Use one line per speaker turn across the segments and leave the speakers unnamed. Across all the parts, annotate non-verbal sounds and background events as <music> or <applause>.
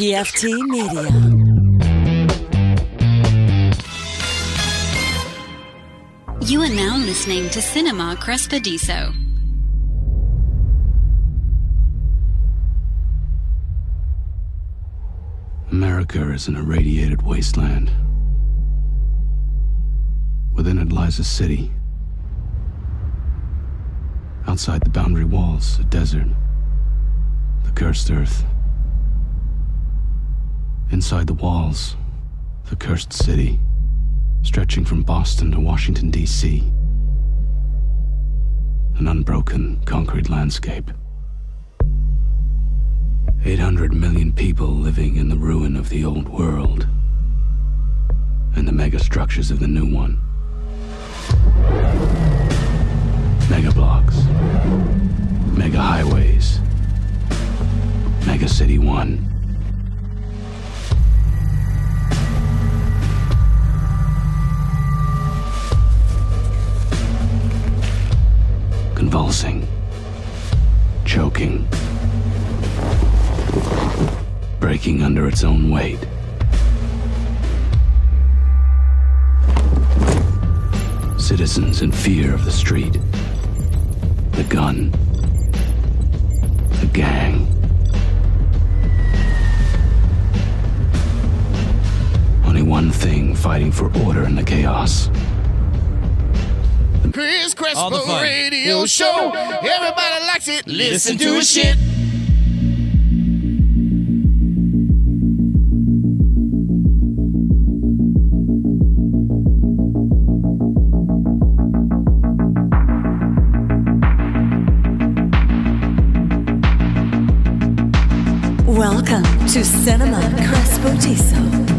PFT Media.
You are now listening to Cinema Crespediso.
America is an irradiated wasteland. Within it lies a city. Outside the boundary walls, a desert. The cursed earth. Inside the walls, the cursed city, stretching from Boston to Washington, D.C. An unbroken concrete landscape. 800 million people living in the ruin of the old world and the megastructures of the new one. Megablocks, mega highways, mega city one. Convulsing, choking breaking under its own weight. Citizens in fear of the street, the gun, the gang. Only one thing fighting for order in the chaos.
Chris
All the
Crespo
fun.
Radio Show. Everybody likes it. Listen to his shit.
Welcome to Cinema Crespediso.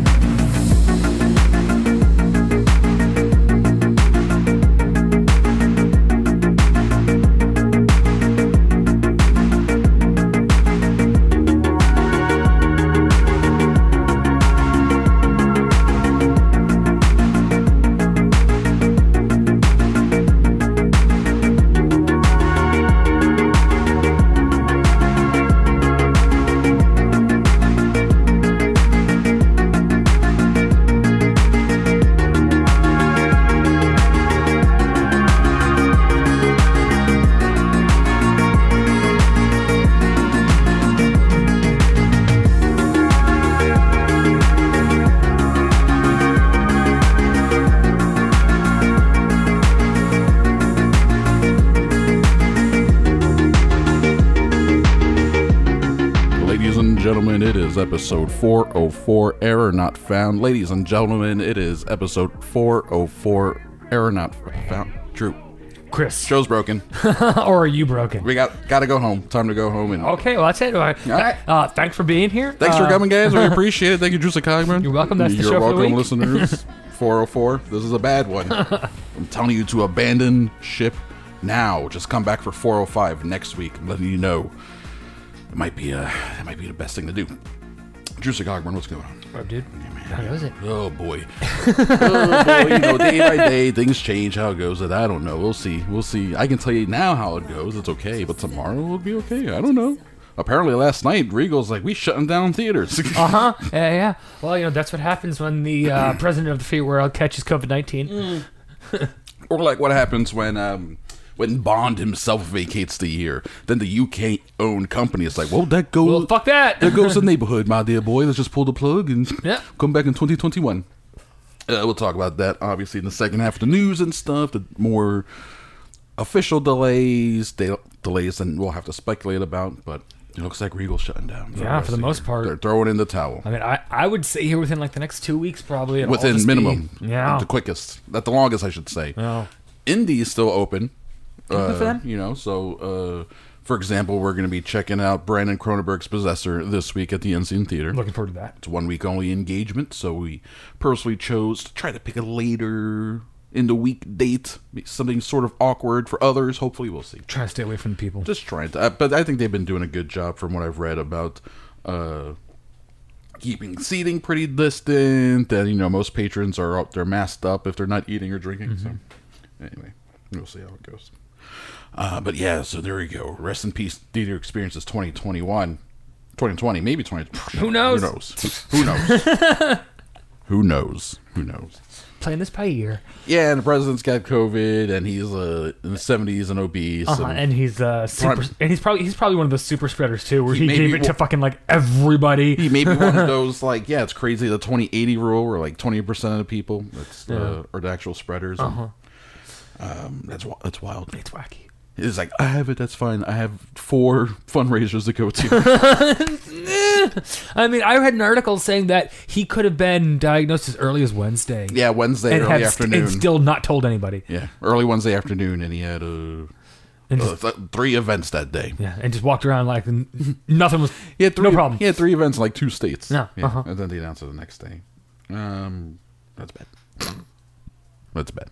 Ladies and gentlemen, it is episode 404, Error Not Found. Ladies and gentlemen, it is episode 404, Error Not Found. True.
<laughs> Chris,
Show's broken.
or are you broken?
We got gotta go home. Time to go home. And
Okay, well that's it. All right.
All right.
Uh, thanks for being here.
thanks
Uh,
for coming, guys.
<laughs>
We appreciate it. Thank you, Drew Sakaiman.
You're welcome. That's the
You're
show for the
welcome,
week. <laughs>
listeners. 404. This is a bad one. I'm telling you to abandon ship now. Just come back for 405 next week. I'm letting you know. It might be uh, it might be the best thing to do. Drew Sakaiman, what's going on?
Oh, dude. How goes it?
Oh boy. oh boy. You know, day by day, things change. How it goes, it I don't know. We'll see. We'll see. I can tell you now how it goes. It's okay, but tomorrow will be okay. I don't know. Apparently, last night Regal's like, we shutting down theaters. <laughs>
Uh huh. Yeah, yeah. Well, you know that's what happens when
<clears throat>
the uh, president of the free world catches COVID nineteen.
Mm. or like what happens when um when Bond himself vacates the year, then the UK owned company is like, well, that goes.
Well, fuck that.
there goes the
<laughs>
neighborhood, my dear boy. Let's just pull the plug and
Yeah.
come back in 2021. Uh, we'll talk about that, obviously, in the second half of the news and stuff. The more official delays, de- delays, and we'll have to speculate about. But it looks like Regal's shutting down.
Yeah,
rest
for the
of
most
year.
part.
they're throwing in the towel
I mean, I, I would say here within like the next two weeks probably. it'll all
within
just be-
minimum.
yeah.
the quickest, not the longest, I should say.
Yeah.
Indy is still open.
for
uh,
them.
You know, so uh, for example, we're going to be checking out Brandon Cronenberg's Possessor this week at the Unseen Theater.
Looking forward to that.
It's one week only engagement, so we purposely chose to try to pick a later in the week date, something sort of awkward for others. Hopefully, we'll see.
Trying to stay away from the people.
Just trying to, uh, but I think they've been doing a good job from what I've read about uh, keeping seating pretty distant. And you know, most patrons are up, they're masked up if they're not eating or drinking.
Mm-hmm.
So anyway, we'll see how it goes. Uh, but yeah, so there you go. Rest in peace, theater experiences 2021. 2020, maybe 2020.
Who knows?
Who knows? Who knows?
<laughs>
Who knows? Who knows?
Playing this by ear.
Yeah, and the president's got COVID, and he's uh, in the 70s and obese.
Uh-huh.
and-
And he's uh super,
Prime-
and he's probably he's probably one of those super spreaders too, where he,
may
gave
be
it to
one-
fucking like everybody.
he may be one
<laughs>
of those like yeah it's crazy the 2080 rule where like 20% of the people that's uh, are the actual spreaders and,
Uh-huh.
um, that's wi- that's wild
it's wacky.
it's like i have it that's fine i have four <laughs> fundraisers to go
<laughs>
to
I mean, I read an article saying that he could have been diagnosed as early as Wednesday.
yeah wednesday
and,
early
have st-
afternoon
and still not told anybody.
yeah early wednesday afternoon and he had uh,
And
uh,
just,
th- three events that day
yeah, and just walked around like n- nothing was.
he had three,
no problem.
he had three events in like two states
Yeah, uh-huh.
and then they announced it the next day um that's bad that's bad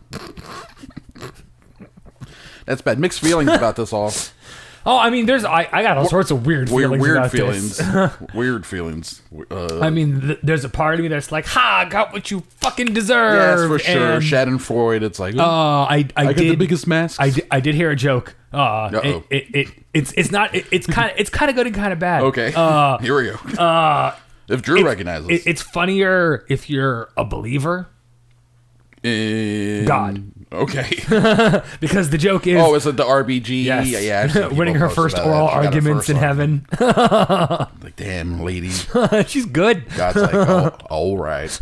that's bad mixed feelings about this
<laughs>
all
Oh, I mean, there's I, I got all sorts of weird
weird,
feelings.
weird
about this.
feelings. <laughs> weird feelings.
<laughs>
Uh,
I mean, th- there's a part of me that's like, "Ha, I got what you fucking deserve."
yes, for sure.
and,
Schadenfreude. It's like,
uh, I I,
I got
did
the biggest masks.
I di- I did hear a joke. Uh, it,
Uh-oh.
it, it it's it's not it, it's kind of it's kind of good and kind of bad.
okay,
Uh,
<laughs> here we go. <laughs> if Drew recognizes
it, it's funnier if you're a believer
in-
God. <laughs>
okay.
because the joke is
Oh, is it the RBG?
yes,
Yeah, yeah. I've seen people
<laughs> winning her
post
first
about that.
oral
She got a
arguments
first
in
one.
heaven.
Like, damn, lady.
<laughs> She's good.
God's like, <laughs> oh, all right,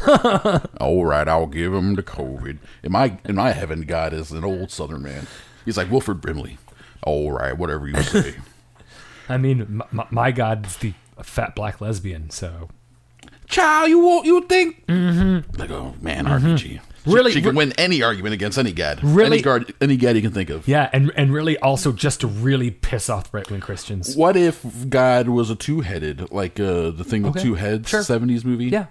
all right. I'll give him the COVID. In my in my heaven, God is an old Southern man. He's like Wilford Brimley. All right, whatever you say.
I mean, my, my God is the fat black lesbian. So
<laughs> child, you won't, you think? Mm-hmm. Like, oh man, RPG. She-
Really-
she, can
re-
win any argument against any god.
Really-
any, guard, any god you can think of.
yeah, and and really also just to really piss off right wing Christians.
What if God was a two-headed, like uh, the thing with
Okay,
two heads,
sure.
'70s movie?
Yeah.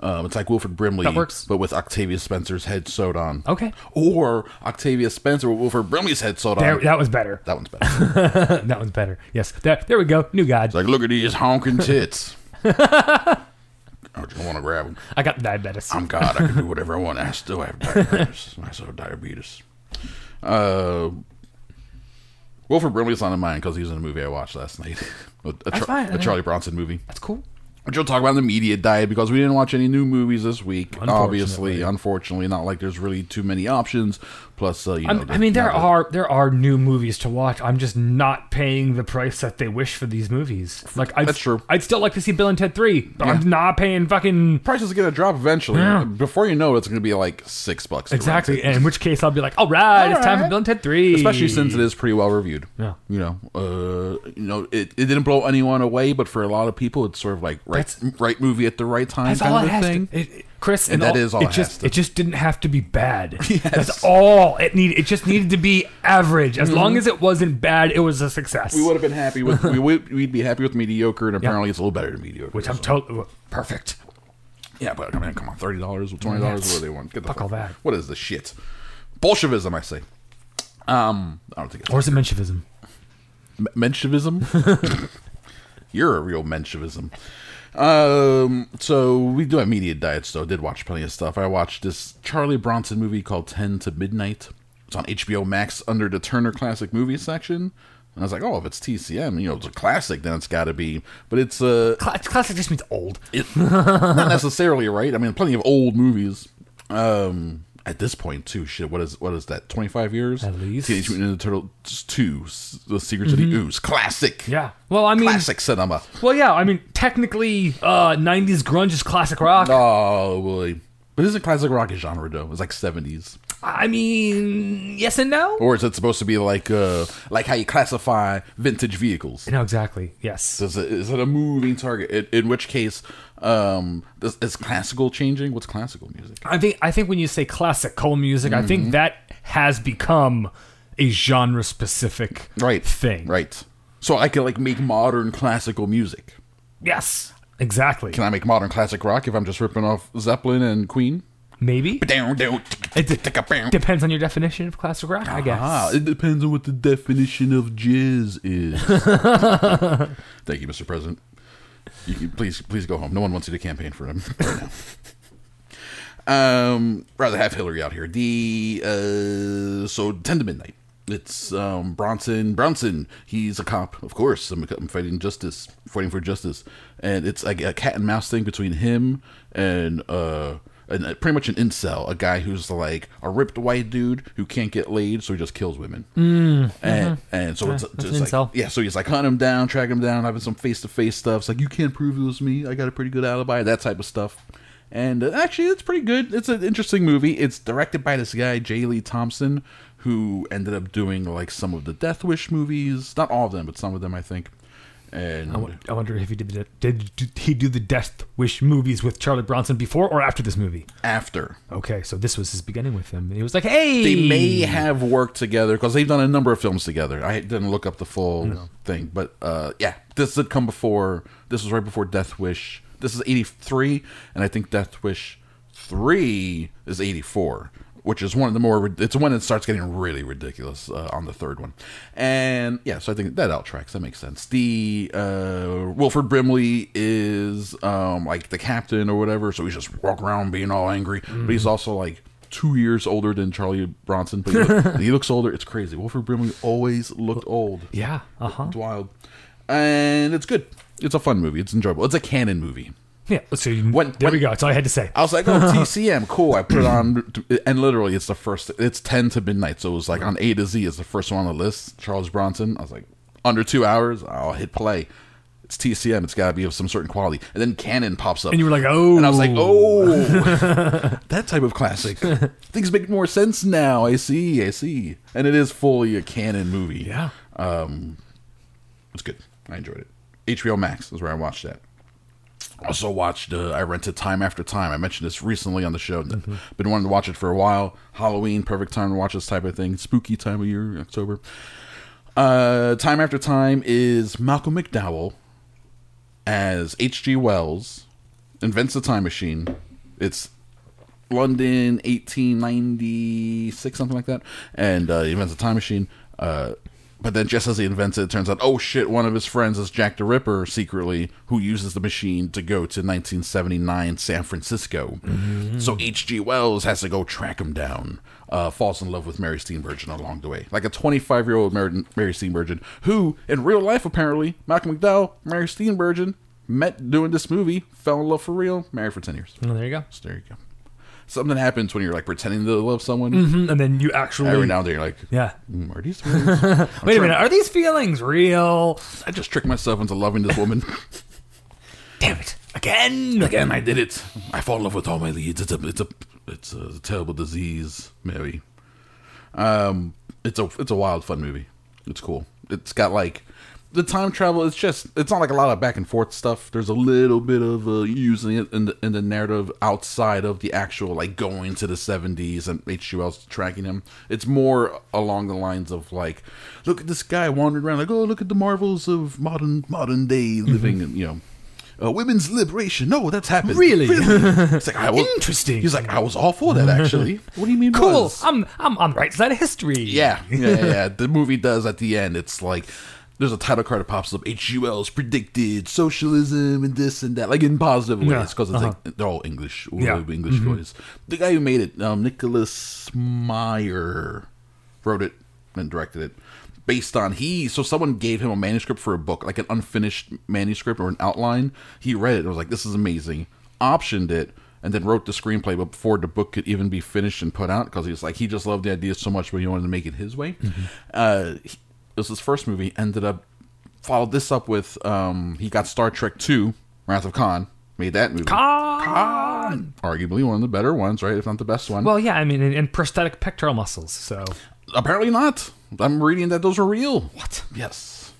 um, it's like Wilfred Brimley,
That works.
but with Octavia Spencer's head sewed on.
Okay.
or Octavia Spencer with Wilfred Brimley's head sewed
There,
on.
that was better. <laughs>
that one's better.
That one's better. Yes, there, there we go. New God.
it's like, look at these honking
<laughs>
tits. I just want to grab them.
I got diabetes.
I'm God. I can do whatever I want. I still have diabetes. I still have diabetes. Uh, Wilford Brimley's not in mine because he was in a movie I watched last night, <laughs> a, a, Char-
fine, I
a
mean-
Charlie Bronson movie.
That's cool.
Which we'll talk about in the media diet because we didn't watch any new movies this week. Obviously,
Unfortunately.
unfortunately, not like there's really too many options. Plus, uh, you know,
I'm, I mean, there
not that-
are there are new movies to watch. I'm just not paying the price that they wish for these movies. Like, I'd,
That's true.
I'd still like to see Bill and Ted Three, but I'm not paying fucking
prices are going to drop eventually.
Yeah.
Before you know it, it's going to be like six bucks. to rent
exactly.
it.
And in which case, I'll be like, all right,
All
it's time for
right.
Bill and Ted Three,
especially since it is pretty well reviewed.
Yeah.
you know, uh, you know, it, it didn't blow anyone away, but for a lot of people, it's sort of like right,
That's-
right movie at the right time
That's
kind
all
of
it
a
has
thing.
to. It, it- Chris,
And that is all
it,
it has
just
to.
it just didn't have to
<laughs>
be bad. That's all it need. It just needed to be average. As long as it wasn't bad, it was a success.
Mm-hmm. we would have been happy with we would we'd be happy with mediocre, and apparently it's a little better than mediocre.
which I'm
so-
totally perfect.
yeah, but I mean, come on, thirty dollars, twenty dollars, what do they want? Get the
Fuck all that.
What is the shit? Bolshevism, I say. Um, I don't think it's
Or is it Menshevism?
M- Menshevism. <laughs> You're a real Menshevism. Um, so we do have media diets, so I did watch plenty of stuff. I watched this Charlie Bronson movie called 10 to Midnight. It's on HBO Max under the Turner Classic Movie section. And I was like, oh, if it's TCM, you know, it's a classic, then it's got to be. But it's uh,
Cla- Classic just means old.
it, <laughs> not necessarily right. I mean, plenty of old movies. Um, at this point, too, shit. What is what is that? Twenty five years
At least. Mm-hmm.
Teenage Mutant Ninja Turtles two: S- The Secrets of the Ooze, classic.
Yeah. Well, I mean,
classic cinema.
Well, yeah, I mean, technically, uh, 90s grunge is classic rock.
Oh boy, but isn't classic rock a genre though? It's like seventies,
I mean, yes and no?
or is it supposed to be like uh like how you classify vintage vehicles?
no, exactly. Yes.
Is it, is it a moving target? In- in which case, um, is, is classical changing? What's classical music?
I think I think when you say classic coal music, I
Mm-hmm.
think that has become a genre specific
right
thing.
right so i can like make modern classical music
Yes. Exactly.
can i make modern classic rock if i'm just ripping off zeppelin and queen
Maybe. It de-
it
depends on your definition of classic rock, I guess.
Ah, it depends on what the definition of jizz is.
<laughs>
Thank you, Mr. President. You, you- please, please go home. No one wants you to campaign for him <laughs> right now. um, rather have Hillary out here. The uh, so ten to midnight. It's um, Bronson. Bronson. He's a cop, of course. I'm, I'm fighting justice, fighting for justice, and it's like a cat and mouse thing between him and uh, and uh, pretty much an incel, a guy who's like a ripped white dude who can't get laid, so he just kills women. and and so it's
Mm, mm-hmm. that's an
just like
incel.
yeah, so he's like hunting him down, tracking him down, having some face to face stuff. It's like you can't prove it was me. I got a pretty good alibi, that type of stuff. And uh, actually, it's pretty good. It's an interesting movie. It's directed by this guy J. Lee Thompson, who ended up doing like some of the Death Wish movies, not all of them, but some of them, I think. And
I won- I wonder if he did, the, did did he do the Death Wish movies with Charlie Bronson before or after this movie?
after
Okay, so this was his beginning with him. And he was like, "Hey,
they may have worked together because they've done a number of films together. I didn't look up the full thing, but uh, yeah, this did come before. This was right before Death Wish. This is '83, and I think Death Wish three is '84, which is one of the more. It's when it starts getting really ridiculous uh, on the third one, and yeah, so I think that out tracks. That makes sense. The uh, Wilford Brimley is um, like the captain or whatever, so he's just walk around being all angry, but he's also like two years older than Charlie Bronson, but he, look- he looks older. It's crazy. Wilford Brimley always looked old.
yeah, uh huh,
It's wild. And it's good. It's a fun movie. It's enjoyable. It's a canon movie.
yeah." So you,
When-
there
when-
we go. That's all I had to say.
I was like, oh,
<laughs>
TCM, cool. I put it on, and literally, it's the first. It's ten to midnight, so it was like on A to Z is the first one on the list. Charles Bronson. I was like, under two hours, I'll hit play. It's TCM. It's got to be of some certain quality. And then Canon pops up,
And you were like, "Oh,"
and I was like, oh,
<laughs>
that type of classic. Things make more sense now. I see. I see. And it is fully a Canon movie.
yeah."
It's good. I enjoyed it. HBO Max is where I watched that. Also watched. Uh, I rented Time After Time. I mentioned this recently on the show. Been wanting to watch it for a while. Halloween, perfect time to watch this type of thing. Spooky time of year, October. Uh, time After Time is Malcolm McDowell as H.G. Wells invents the time machine. It's London, 1896, something like that. And uh, he invents a time machine. Uh, but then, just as he invents it, it turns out, oh shit, one of his friends is Jack the Ripper secretly, who uses the machine to go to 1979 San Francisco. So H.G. Wells has to go track him down. Uh, falls in love with Mary Steenburgen along the way, like a 25 year old Mary, Mary Steenburgen, who in real life apparently Malcolm McDowell, Mary Steenburgen met doing this movie, fell in love for real, married for 10 years.
Well, there you go.
So Oh, there you go. Something happens when you're like pretending to love someone.
Mhm, And then you actually
Every now and then you're like,
Yeah.
"Mm, are <laughs> these feelings?" I'm
Wait a
sure-
minute. Are these feelings real?
I just tricked myself into loving this woman.
Damn it.
<laughs>
Again.
Again, I did it. I fall in love with all my leads. It's a, it's a, it's a terrible disease, Mary. Um, it's a, it's a wild, fun movie. It's cool. It's got like the time travel. It's just, it's not like a lot of back and forth stuff. There's a little bit of uh, using it in the, in the narrative outside of the actual like going to the 70s and HUL's tracking him. It's more along the lines of like, look at this guy wandering around. Like, oh, look at the marvels of modern modern day living. And you know. Uh, women's liberation. No, that's happened.
Really?
It's like, <laughs> I was,
Interesting.
He's like, I was all for that actually. what do you mean?
Cool.
was?
I'm I'm on the right side of history.
Yeah, yeah, yeah, yeah. the movie does at the end. It's like there's a title card that pops up. HUL's predicted socialism and this and that, like in positive ways,
Yeah,
because it's like they're all English, all
Yeah.
English voice. The guy who made it, um, Nicholas Meyer, wrote it and directed it. Based on he, so someone gave him a manuscript for a book, like an unfinished manuscript or an outline. He read it and was like, "This is amazing." Optioned it and then wrote the screenplay but before the book could even be finished and put out because he's like he just loved the idea so much but he wanted to make it his way uh he, it was his first movie ended up followed this up with um he got star trek 2 wrath of khan made that movie khan arguably one of the better ones right if not the best one
Well, yeah. I mean, and, and prosthetic pectoral muscles. So
apparently not i'm reading that those are real what yes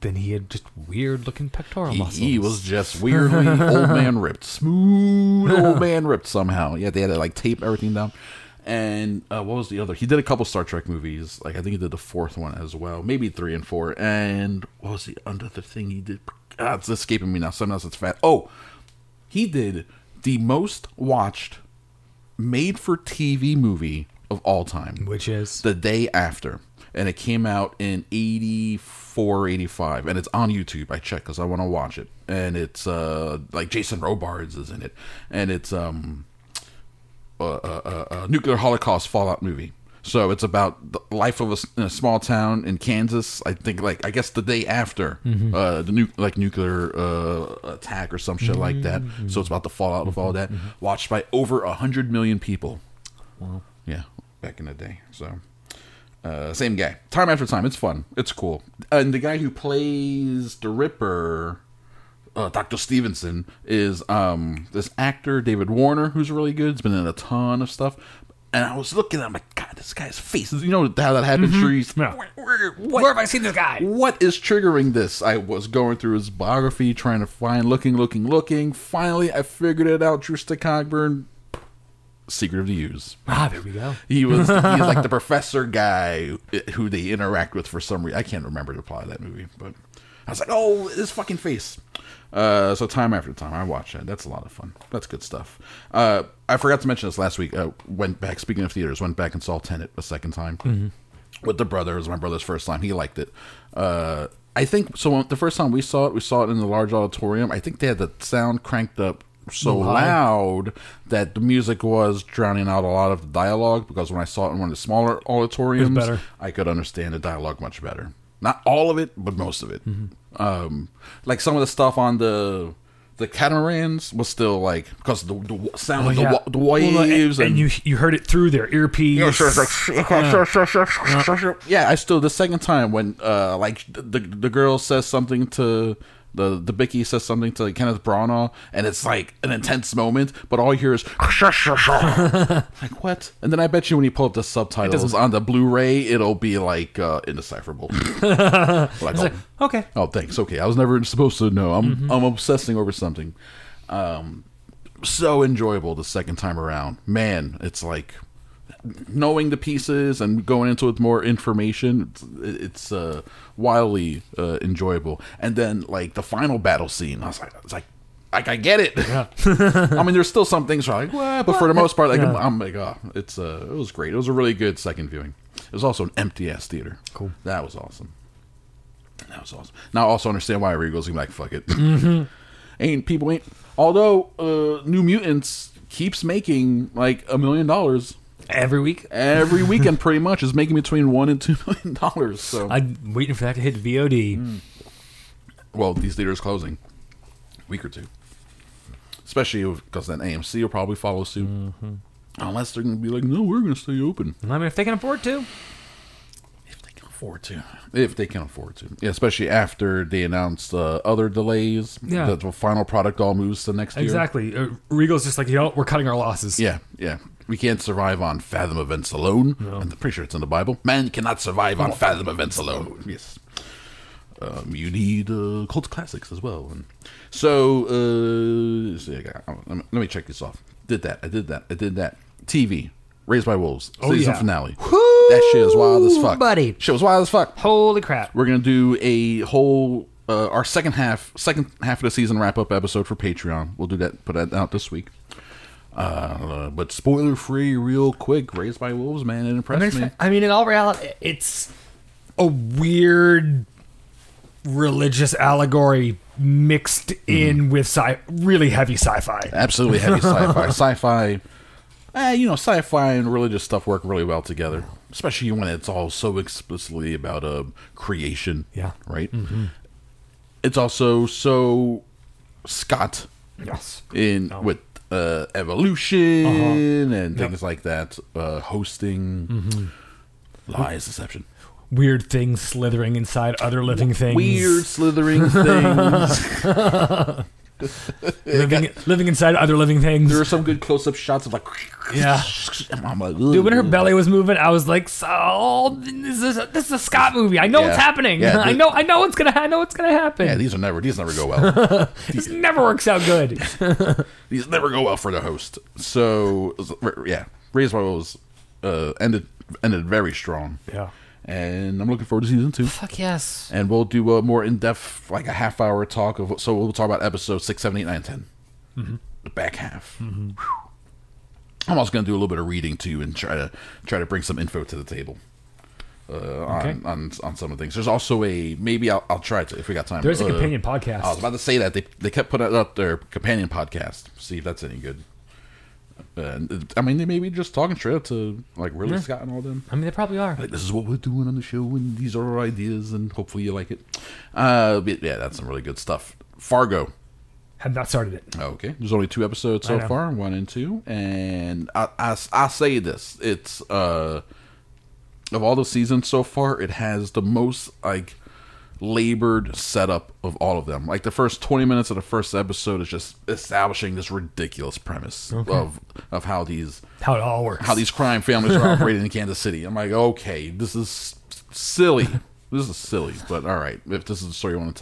then he had just weird looking pectoral muscles.
He was just weirdly old man ripped, smooth old man ripped somehow. Yeah, they had to like tape everything down. And uh, what was the other? He did a couple Star Trek movies. Like I think he did the fourth one as well, maybe three and four. And what was the other thing he did? Ah, it's escaping me now. Sometimes it's fat. Oh, he did the most watched made-for-TV movie of all time
which is
the day after and it came out in 84 85 and it's on youtube i check because i want to watch it and it's uh like jason robards is in it and it's um a, a, a nuclear holocaust fallout movie So it's about the life of a, s- in a small town in Kansas. I think like I guess the day after uh, the nu- like nuclear uh, attack or some shit like that. So it's about the fallout of all that, watched by over a hundred million people. Yeah, back in the day. So uh, same guy, time after time. It's fun. It's cool. And the guy who plays the Ripper, uh, Doctor Stevenson, is um this actor David Warner, who's really good. He's been in a ton of stuff. And I was looking at him like, God, this guy's face. You know how that happens? Sure, he's-
Yeah.
where, where-
Where have I seen this guy?
What is triggering this? I was going through his biography, trying to find, looking, looking, looking. Finally, I figured it out. Drew Cockburn, Secret of the Use.
Ah, there we go.
He was he was like the <laughs> professor guy who they interact with for some reason. I can't remember the plot of that movie, but I was like, oh, this fucking face. Uh, so time after time, I watch that. That's a lot of fun. That's good stuff. Uh, I forgot to mention this last week. Uh, went back. Speaking of theaters, went back and saw Tenet a second time with the brother. It was my brother's first time. He liked it. Uh, I think so. when- The first time we saw it, we saw it in the large auditorium. I think they had the sound cranked up so loud that the music was drowning out a lot of the dialogue. Because when I saw it in one of the smaller auditoriums,
better.
I could understand the dialogue much better. Not all of it, but most of it.
Mm-hmm.
Um, like some of the stuff on the the catamarans was still like because the, the wa- sound of the, wa- the waves
Oh, Well, and,
and,
and you you heard it through their earpiece.
yeah, sure, sure. Yeah, I still the second time when uh like the the girl says something to the the Bicky says something to Kenneth Branagh and it's like an intense moment, but all you hear is like what? And then I bet you when you pull up the subtitles on the Blu-ray, it'll be like uh indecipherable. like, oh,
Okay.
Oh, thanks. Okay, I was never supposed to know. I'm I'm obsessing over something. Um, so enjoyable the second time around. Man, it's like knowing the pieces and going into it with more information. It's, it's uh, wildly uh, enjoyable. And then like the final battle scene, I was like, it's like. Like I get it. <laughs> I mean, there's still some things where I'm like, what? but for the most part, like I'm, I'm like, oh, it's uh, it was great. It was a really good second viewing. It was also an empty ass theater. Cool. That was awesome. That was awesome. Now I also understand why Regal's gonna be like, fuck it. <laughs> ain't people ain't although uh New Mutants keeps making like a million dollars
Every week,
<laughs> every weekend pretty much is making between one and two <laughs> million dollars. So
I'm waiting for that to hit VOD.
Mm. well, these theaters closing week or two, especially because then AMC will probably follow suit, unless they're going to be like, no, we're going to stay open
I mean, if they can afford to,
if they can afford to, if they can afford to, yeah, especially after they announced uh, other delays.
Yeah.
that the final product all moves to next year.
exactly. Uh, Regal's just like you know, what? we're cutting our losses.
Yeah, yeah. We can't survive on fathom events alone. I'm pretty sure it's in the Bible. Man cannot survive on fathom events alone. Yes. Um, you need uh, cult classics as well. And so, uh, so yeah, I- let me- let me check this off. Did that. I did that. I did that. TV. Raised by Wolves.
Oh,
season
yeah.
finale. That shit is wild as fuck.
buddy.
Shit was wild as fuck.
Holy crap!
We're gonna do a whole uh, our second half, second half of the season wrap up episode for Patreon. We'll do that, put that out this week. Uh, but spoiler free, real quick. Raised by Wolves, man, it
I mean,
impressed me.
it's- I mean, in all reality, it's a weird religious allegory mixed
Mm-hmm.
in with sci really heavy sci-fi.
Absolutely heavy sci-fi. sci-fi, eh, you know, sci-fi and religious stuff work really well together, especially when it's all so explicitly about uh, creation.
Yeah.
right. It's also so Scott
Yes.
in with uh, evolution
Uh-huh.
and things like that, uh, hosting,
Mm-hmm.
lies, deception,
Weird things slithering inside other living things.
weird
<laughs>
slithering things.
living, living inside other living things.
there are some good close-up shots of like,
Yeah.
I'm like,
Dude, when her <laughs> belly was moving, I was like, "Oh, this is a, this is a Scott movie. I know
Yeah.
what's happening.
Yeah,
<laughs> I
the-
know, I know what's gonna, I know what's gonna happen.
Yeah, these are never these never go
<laughs>
well.
this never works out good."
<laughs> these never go well for the host. So yeah, Raised by Wolves uh, ended ended very strong.
Yeah.
and I'm looking forward to season two.
Fuck yes.
and we'll do a more in-depth like a half hour talk of so we'll talk about episode 6 7 8 9 10
Mm-hmm.
the back half Whew. i'm also going to do a little bit of reading too and try to try to bring some info to the table uh,
Okay.
on, on on some of the things there's also a maybe i'll, I'll try to if we got time
There's a
uh,
companion podcast.
i was about to say that they, they kept putting out their companion podcast see if that's any good And, I mean, they may be just talking straight up to like Ridley
Yeah.
Scott and all them.
I mean, they probably are.
Like, this is what we're doing on the show, and these are our ideas, and hopefully you like it. Uh, but yeah, that's some really good stuff. Fargo.
Have not started it.
Okay, there's only two episodes
I
so
know.
far, one and two, and I, I I say this, it's uh of all the seasons so far, it has the most like labored setup of all of them. Like the first 20 minutes of the first episode is just establishing this ridiculous premise of of how these
How it all works.
how these crime families are operating in Kansas City. I'm like, okay, this is silly. This is silly, but all right. If this is the story you want to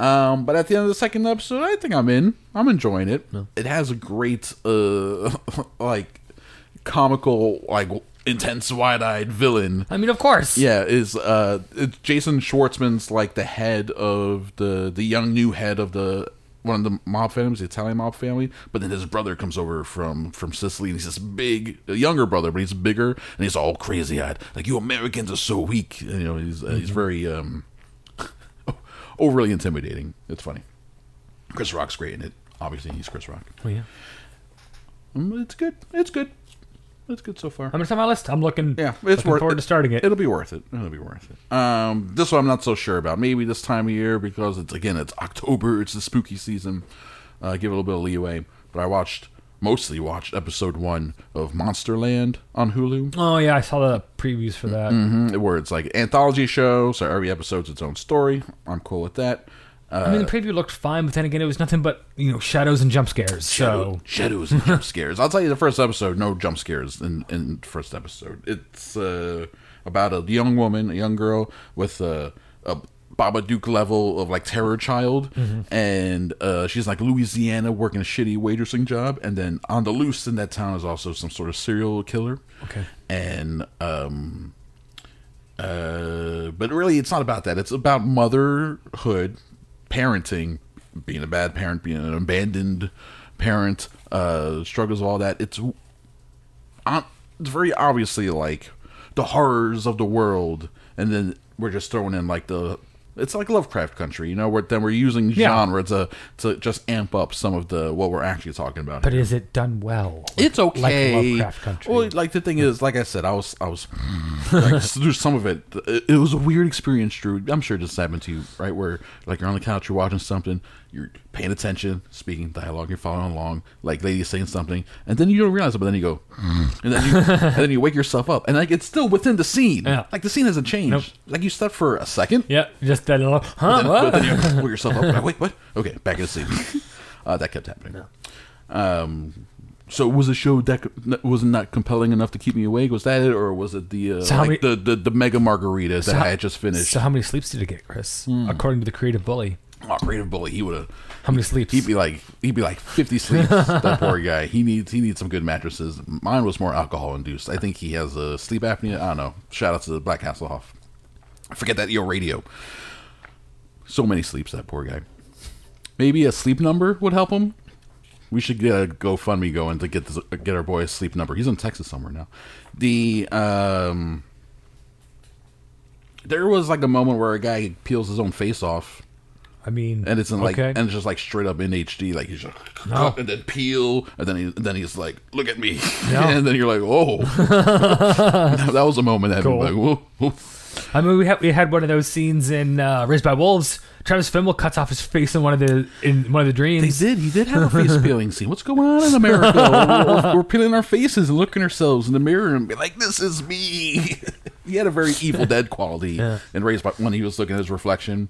tell, um, but at the end of the second episode, I think I'm in. I'm enjoying it. It has a great, uh, <laughs> like, comical, like intense, wide-eyed villain.
I mean, of course.
Yeah, is uh, it's Jason Schwartzman's like the head of the the young new head of the one of the mob families, the Italian mob family. But then his brother comes over from from Sicily, and he's this big a younger brother, but he's bigger and he's all crazy eyed, like you Americans are so weak. And, you know, he's uh, he's very um <laughs> overly intimidating. It's funny. Chris Rock's great in it. Obviously, he's Chris Rock.
Well, Oh, yeah.
Mm, It's good. It's good. It's good so far.
I'm gonna on my list. I'm looking.
Yeah, it's
looking
worth
forward
it.
to starting it.
It'll be worth it. It'll be worth it. Um, this one I'm not so sure about. Maybe this time of year because it's again it's October. It's the spooky season. Uh, give it a little bit of leeway. But I watched mostly watched episode one of Monsterland on Hulu,
Oh yeah, I saw the previews for that.
mm, where it's like anthology show. So every episode's its own story. I'm cool with that.
I mean, the preview looked fine, but then again, it was nothing but you know shadows and jump scares. So
shadows and jump scares. I'll tell you the first episode, no jump scares in in the first episode. It's uh, about a young woman, a young girl with a, a Babadook level of like terror child,
Mm-hmm.
and uh, she's like Louisiana working a shitty waitressing job, and then on the loose in that town is also some sort of serial killer.
Okay.
and um, uh, but really, it's not about that. It's about motherhood, parenting, being a bad parent, being an abandoned parent, uh, struggles, all that. It's, on- it's very obviously like the horrors of the world, and then we're just throwing in like the. It's like Lovecraft Country, you know. Where then we're using
Yeah.
genre to to just amp up some of the what we're actually talking about.
but
here
is it done well?
it's okay.
Like Lovecraft Country.
Well, like the thing is, like I said, I was, I was, <laughs> like, through some of it, it, it was a weird experience. Drew, I'm sure this happened to you, right? Where like you're on the couch, you're watching something, you're paying attention, speaking dialogue, you're following along, like lady's saying something, and then you don't realize it, but then you go,
Mm.
and then
<laughs>
you, and then you wake yourself up, and like it's still within the scene.
Yeah.
Like the scene hasn't changed.
Nope.
Like you slept for a second,
yeah, just that little. Huh?
then,
what?
but then you pull yourself up. Like, Wait,
<laughs>
what? Okay, back in the seat. Uh, that kept happening. Um, so was the show that c- was not compelling enough to keep me awake? Was that it, or was it the uh,
So how
like
many-
the, the the mega margarita that I had just finished?
So how many sleeps did you get, Chris?
Hmm.
According to the creative bully,
oh, creative bully, he would have.
how many sleeps?
He'd be like he'd be like fifty sleeps. that poor guy. He needs he needs some good mattresses. Mine was more alcohol induced. I think he has a sleep apnea. I don't know. Shout out to Black Hasselhoff. Forget that EO radio. So many sleeps that poor guy. Maybe a sleep number would help him. We should get a GoFundMe going to get this, get our boy a sleep number. He's in Texas somewhere now. The um, there was like a moment where a guy peels his own face off
I mean,
and it's in like
okay.
and it's just like straight up in HD. Like he's just
No.
<laughs> and then peel, and then he, and then he's like, "Look at me," <laughs>
Yeah.
and then you're like,
<laughs>
"Oh." that was a moment that
Cool.
like, whoa, whoa.
I mean, we had we had one of those scenes in uh, Raised by Wolves. Travis Fimmel cuts off his face in one of the in one of the
He
dreams.
did. He did have a <laughs> face peeling scene. What's going on in <laughs> America? we're, we're- we're peeling our faces and looking ourselves in the mirror and be like, "This is me." <laughs> he had a very Evil Dead quality, and raised by when he was looking at his reflection,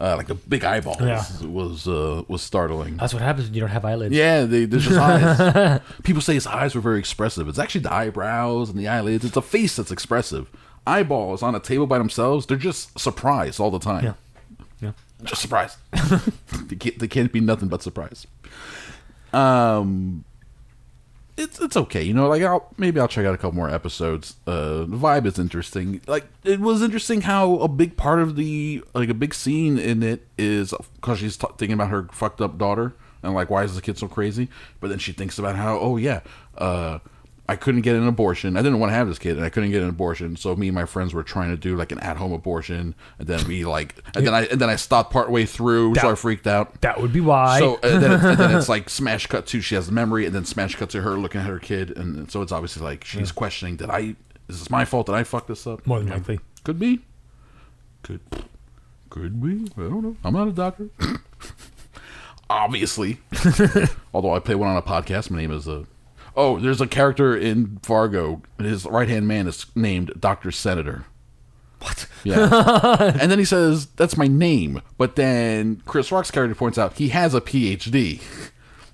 uh, like the big eyeballs
Yeah.
was uh, was startling.
That's what happens when you don't have eyelids.
Yeah, they, there's just eyes. People say his eyes were very expressive. It's actually the eyebrows and the eyelids. It's a face that's expressive. Eyeballs on a table by themselves, they're just surprised all the time.
Yeah. Yeah.
Just surprised. <laughs> they, can't, they can't be nothing but surprised. Um, it's it's okay, you know. Like I'll maybe I'll check out a couple more episodes. Uh, the vibe is interesting. Like it was interesting how a big part of the like a big scene in it is because she's t- thinking about her fucked up daughter and like why is the kid so crazy? But then she thinks about how oh yeah, uh, I couldn't get an abortion. I didn't want to have this kid, and I couldn't get an abortion. So me and my friends were trying to do like an at-home abortion, and then we like, and then I and then I stopped partway through, so
That-
I freaked out.
That would be why.
So uh, then, it's, then it's like smash cut to she has the memory, and then smash cut to her looking at her kid, and so it's obviously like she's questioning, did I? Is this my fault? Did I fuck this up?
More than likely.
could be, could could be. I don't know. I'm not a doctor. <laughs> Obviously,
<laughs>
although I play one on a podcast. My name is uh Oh, there's a character in Fargo. His right hand man is named Doctor Senator.
What? <laughs>
Yeah. and then he says, That's my name. But then Chris Rock's character points out he has a PhD.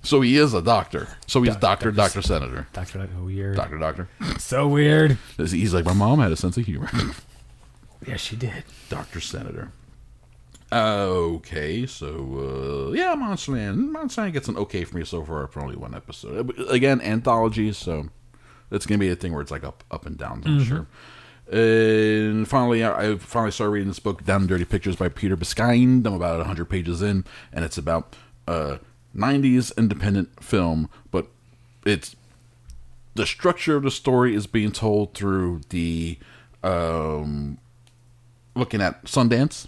So he is a doctor. So he's doctor, doctor, senator.
Doctor, like, oh, weird.
Doctor, doctor.
So weird.
He's like, My mom had a sense of humor. <laughs>
Yeah, she did.
doctor, senator. Okay, so uh, yeah, Monster Man. Monster Man gets an okay from me so far for only one episode. Uh, Again, anthology, so that's gonna be a thing where it's like up, up and down. I'm sure. And finally, I I finally started reading this book, Down and Dirty Pictures by Peter Biskind. I'm about 100 pages in, and it's about uh, 90s independent film, but it's the structure of the story is being told through the um, looking at Sundance,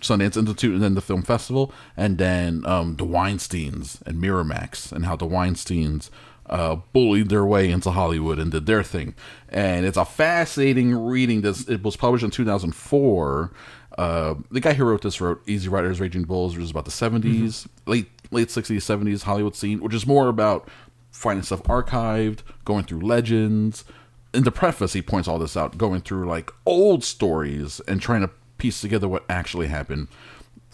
Sundance Institute, and then the film festival, and then um, the Weinstein's and Miramax, and how the Weinstein's uh, bullied their way into Hollywood and did their thing. And it's a fascinating reading. This it was published in 2004. Uh, the guy who wrote this wrote Easy Riders, Raging Bulls, which is about the 70s, late late 60s, 70s Hollywood scene, which is more about finding stuff archived, going through legends. In the preface, he points all this out, going through like old stories and trying to piece together what actually happened.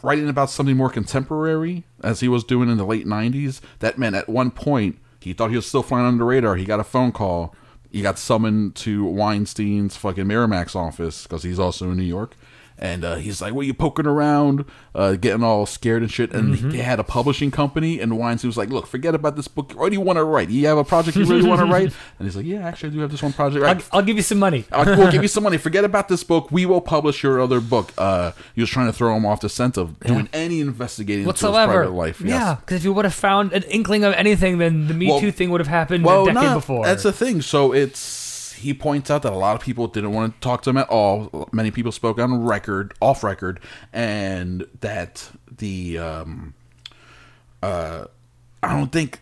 Writing about something more contemporary, as he was doing in the late 90s, that meant at one point he thought he was still flying under the radar. He got a phone call. He got summoned to Weinstein's fucking Miramax office because he's also in New York. And uh, he's like, "What you poking around, uh, getting all scared and shit?" And
Mm-hmm.
they had a publishing company, and Weinstein was like, "Look, forget about this book. What do you want to write? You have a project you really want to
<laughs>
write?" And he's like, "Yeah, actually, I do have this one project.
I'll,
Like,
I'll give you some money.
I'll, we'll give you some money. Forget about this book. We will publish your other book." Uh, he was trying to throw him off the scent of doing any investigating into
Whatsoever.
his private life. Yes.
Yeah, because if you would have found an inkling of anything, then the Me
Well-
Too thing would have happened a decade
not-
before.
That's the thing. So it's he points out that a lot of people didn't want to talk to him at all. Many people spoke on record, off record, and that the um, uh, I don't think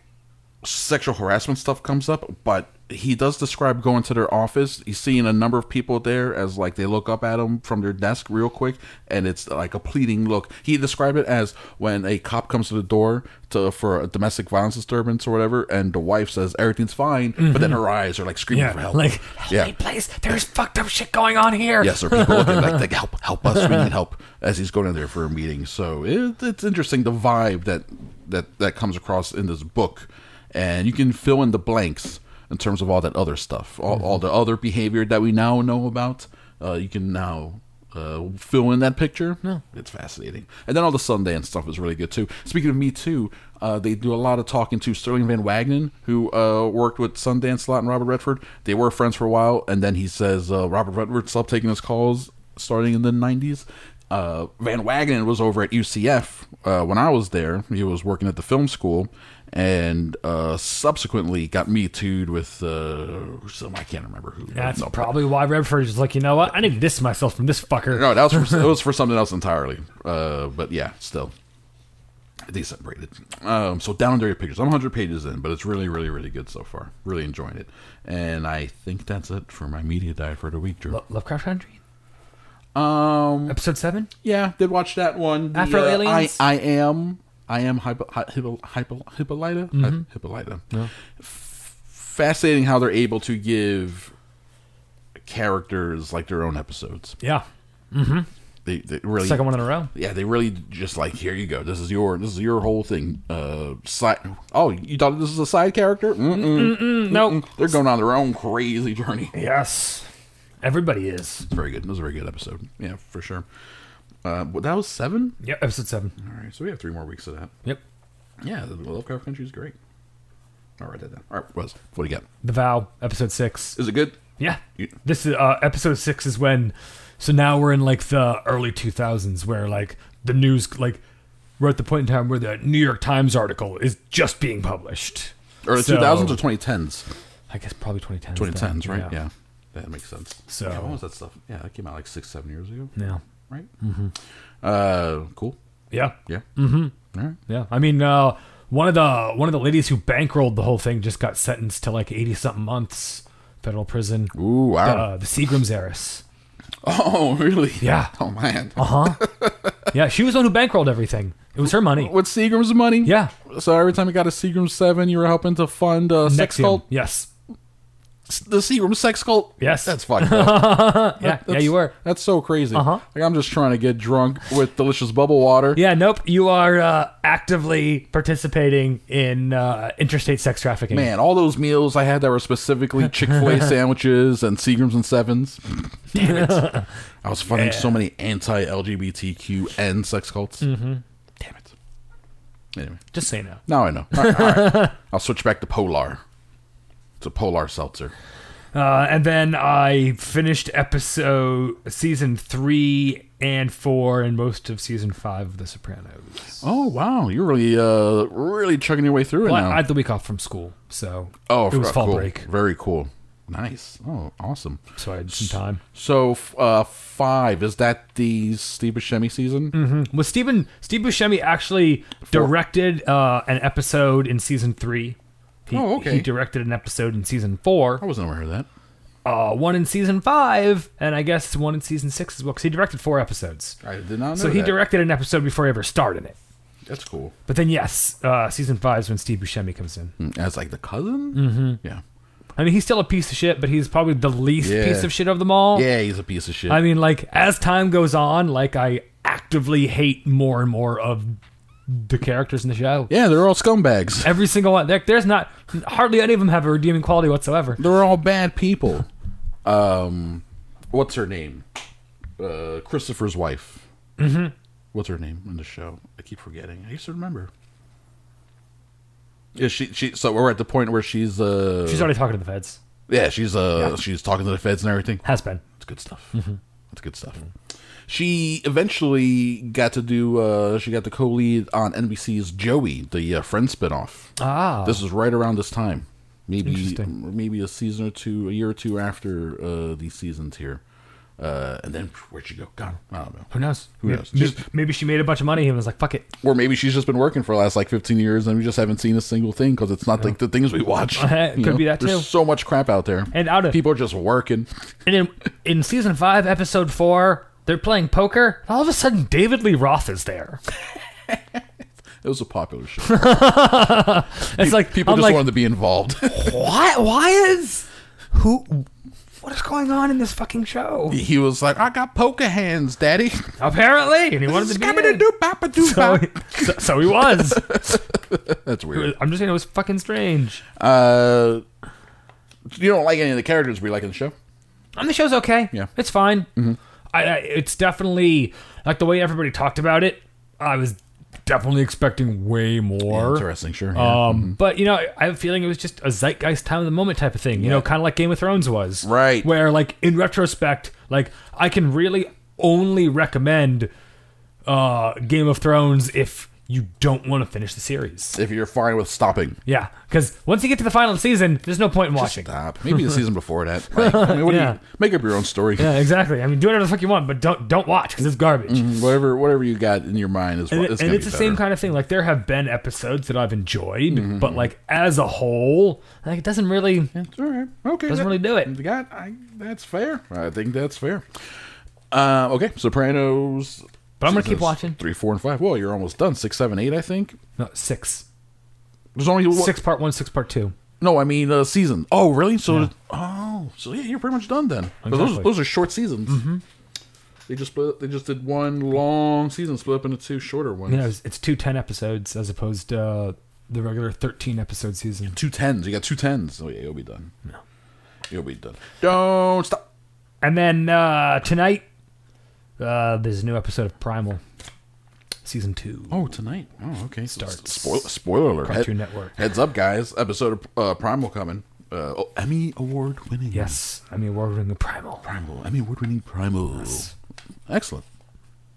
sexual harassment stuff comes up, but he does describe going to their office. He's seeing a number of people there as like they look up at him from their desk real quick, and it's like a pleading look. He described it as when a cop comes to the door to for a domestic violence disturbance or whatever, and the wife says everything's fine, but then her eyes are like screaming <laughs> for
Mm-hmm. yeah,
help.
like,
yeah,
hey, place, there's fucked up shit going on here.
Yes, or people looking like, like help, help us, we need help as he's going in there for a meeting. So it, it's interesting the vibe that that that comes across in this book, and you can fill in the blanks in terms of all that other stuff, all, all the other behavior that we now know about. Uh, you can now. Uh, fill in that picture. No, it's fascinating, and then all the Sundance stuff is really good too. Speaking of Me Too, uh, they do a lot of talking to Sterling Van Wagnen, who uh, worked with Sundance Slot and Robert Redford. They were friends for a while, and then he says uh, Robert Redford stopped taking his calls starting in the 90s. Uh, Van Wagenen was over at UCF uh, when I was there. He was working at the film school and uh, subsequently got me too'd with uh, some, I can't remember who.
That's
No,
probably why Redford is like, you know what? I need to distance myself from this fucker.
no, that
<laughs>
was for, it was for something else entirely. Uh, but yeah, still, they separated. Um, so down and dirty pictures. I'm 100 pages in, but it's really, really, really good so far. Really enjoying it, and I think that's it for my media diet for the week, Drew.
Lo- Lovecraft Country?
Um,
Episode 7?
yeah, did watch that one. The,
Afro
uh,
Aliens?
I, I am. I am Hypo, Hy- Hippo, Hypo, Hippolyta.
Mm-hmm.
Hy- Hippolyta. F- fascinating how they're able to give characters like their own episodes.
Yeah.
They, they really
Second one in a row.
yeah, they really just like here you go. This is your this is your whole thing. Uh, side. Oh, you thought this was a side character? Mm-mm.
No.
They're going on their own crazy journey.
Yes. Everybody is.
It's very good. It was a very good episode. Yeah, for sure. Uh, but that was seven.
Yep, episode 7.
All right, so we have three more weeks of that.
Yep.
Yeah, the Lovecraft Country is great. All right, then. All right, was what do you got?
The Vow, episode 6.
Is it good?
Yeah.
You-
This is uh, episode six is when. So now we're in like the early 2000s where like the news, like we're at the point in time where the New York Times article is just being published.
Early
So-
two thousands or twenty tens?
I guess probably 2010.
2010s, right? Yeah. That makes sense.
So-
yeah, when was that stuff? Yeah, that came out like six, seven years ago,
Yeah.
right? Mm-hmm. Uh, cool.
Yeah.
Yeah. Mm-hmm. right.
Yeah. I mean, uh, one of the one of the ladies who bankrolled the whole thing just got sentenced to like 80 something months federal prison.
Ooh, wow.
Uh, the Seagram's heiress.
<laughs> oh, really?
Yeah.
<laughs> Oh man. <laughs>
Uh huh. yeah, she was the one who bankrolled everything. It was her money.
With Seagram's money?
Yeah.
So every time you got a Seagram seven, you were helping to fund uh, sex
Nexium.
cult.
Yes.
The Seagram sex cult.
Yes.
That's
<laughs>
fucked up.
Yeah. Yeah, you were.
That's so crazy.
Uh-huh.
Like I'm just trying to get drunk with delicious bubble water.
Yeah, nope. You are uh, actively participating in uh, interstate sex trafficking.
Man, all those meals I had that were
<laughs>
specifically Chick Fil A sandwiches and Seagrams and Sevens. Damn it! I was funding so many anti-LGBTQ and sex cults. Mm-hmm. Damn it! Anyway,
Just say no.
now I know. All right, all
<laughs>
right. I'll switch back to Polar. It's a Polar seltzer.
Uh, and then I finished episode season three and four and most of season five of The Sopranos.
Oh wow, you're really uh really chugging your way through it
Well,
now.
I had the week off from school, so
oh,
it was
f-
fall
cool.
break,
Very cool. Nice. Oh, awesome.
so I had some time.
So f- uh five is that the Steve Buscemi season?
Was Stephen Steve Buscemi actually directed uh, an episode in season three? He,
Oh, okay. Oh,
He directed an episode in season four.
I wasn't aware of that.
uh, one in season five, and I guess one in season six as well, because he directed four episodes.
I did not know.
So he
that.
directed an episode before he ever starred in it.
That's cool.
But then, yes, uh, season five is when Steve Buscemi comes in.
Mm, As like the cousin? Mm-hmm. Yeah.
I mean, he's still a piece of shit, but he's probably the least
Yeah.
piece of shit of them all.
Yeah, he's a piece of shit.
I mean, like, as time goes on, like, I actively hate more and more of the characters in the show.
yeah, they're all scumbags.
Every single one. Like, there's not, hardly any of them have a redeeming quality whatsoever.
They're all bad people. Um, what's her name? Uh, Christopher's wife. Mm-hmm. What's her name in the show? I keep forgetting. I used to remember. Yeah, she she. So we're at the point where she's uh
She's already talking to the feds.
yeah she's uh she's talking to the feds and everything.
Has been.
It's good stuff.
Mm-hmm.
It's good stuff. She eventually got to do. Uh, she got the co-lead on NBC's Joey, the uh, Friends spinoff.
Ah.
This is right around this time, maybe
Interesting.
maybe a season or two, a year or two after uh, these seasons here, uh, and then where'd she go? God, I don't know.
Who knows?
Who
May-
knows?
may-
Just-
Maybe, she made a bunch of money and was like, fuck it.
Or maybe she's just been working for the last like fifteen years, and we just haven't seen a single thing because it's not like the things we
<laughs>
watch.
Could
you
be that
There's
too.
so much crap out there,
And out of-
people are just working.
And in, in season five, episode four, they're playing poker. All of a sudden, David Lee Roth is there.
It was a popular show.
<laughs> It's like
People
I'm
just
like,
wanted to be involved.
why? Why is who? What is going on in this fucking show?
he was like, "I got poker hands, Daddy."
Apparently, and he
<laughs>
wanted to be in. So,
Scabba-doo-bop-a-doo-bop.
so, so he was. <laughs>
That's weird.
I'm just saying it was fucking strange.
Uh, you don't like any of the characters we like in the show.
And the show's okay.
Yeah. Mm-hmm.
it's fine. I, I it's definitely like the way everybody talked about it. I was definitely expecting way more.
Interesting, sure. yeah. mm-hmm.
Um, But you know, I have a feeling it was just a zeitgeist time of the moment type of thing. You know, kind of like Game of Thrones was,
Right.
Where like in retrospect, like I can really only recommend uh, Game of Thrones if you don't want to finish the series.
if you're fine with stopping,
Yeah, because once you get to the final season, there's no point in watching.
stop.
<laughs>
Maybe the season before that. Like, I mean, what do
Yeah.
you, make up your own story.
Yeah, exactly. I mean, do whatever the fuck you want, but don't don't watch because it's garbage.
<laughs> Whatever, whatever you got in your mind is.
and,
what- Mm-hmm. it's
and
gonna
it's
be
the same
better. Mm-hmm,
kind of thing. Like there have been episodes that I've enjoyed, but like as a whole, like it doesn't really.
It's all right. Okay.
Doesn't really do it.
You Got. I, that's fair. I think that's fair. Uh, okay, Sopranos.
But I'm gonna keep
seasons
watching.
Three, four, and five. Well, you're almost done. Six, seven, eight. I think
No, six.
there's only one-
six part one, six part two.
No, I mean uh, season. Oh, really? So, oh, so yeah, you're pretty much done then. 'Cause Those,
Exactly. Mm-hmm.
those are short seasons. They just split. They just did one long season, split up into two shorter ones.
You know, it's, it's two ten episodes as opposed to uh, the regular thirteen episode season.
two tens. You got two tens. Oh yeah, you'll be done. No, you'll be done. Don't stop.
And then uh, tonight, uh, there's a new episode of Primal, season two.
Oh, tonight. Oh, okay.
Starts.
Spoiler, spoiler alert.
Cartoon Network.
Heads up, guys. Episode of uh, Primal coming. Uh, oh, Emmy award winning.
Yes, I mean award winning Primal.
Primal. Emmy award winning Primal. Excellent.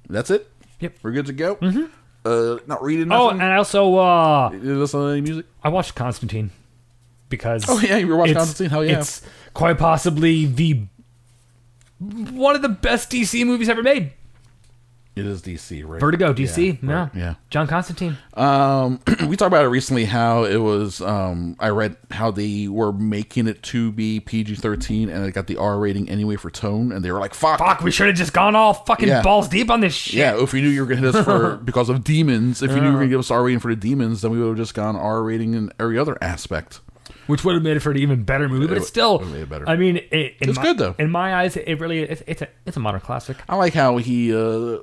That's it.
Yep.
We're good to go. Mm-hmm. Uh, not reading.
Oh,
nothing?
and I also uh,
You listen to any music? <laughs>
I watched Constantine because
Oh, yeah, you were watching
it's-
Constantine? Hell yeah.
it's quite possibly the one of the best DC movies ever made.
It is DC, right?
Vertigo, DC,
Yeah,
no,
right, yeah.
John Constantine.
Um, we talked about it recently. How it was. Um, I read how they were making it to be PG thirteen, and it got the R rating anyway for tone, and they were like, "Fuck,
Fuck, we should have just gone all fucking
Yeah.
balls deep on this shit.
Yeah, if we knew you were gonna hit us <laughs> for because of demons, if you knew you were gonna give us R rating for the demons, then we would have just gone R rating in every other aspect.
which would have made it for an even better movie. But
It
it's still,
would've made it better.
I mean, it, in
It's
my-
good, though.
In my eyes, it really it's, it's a it's a modern classic.
I like how he uh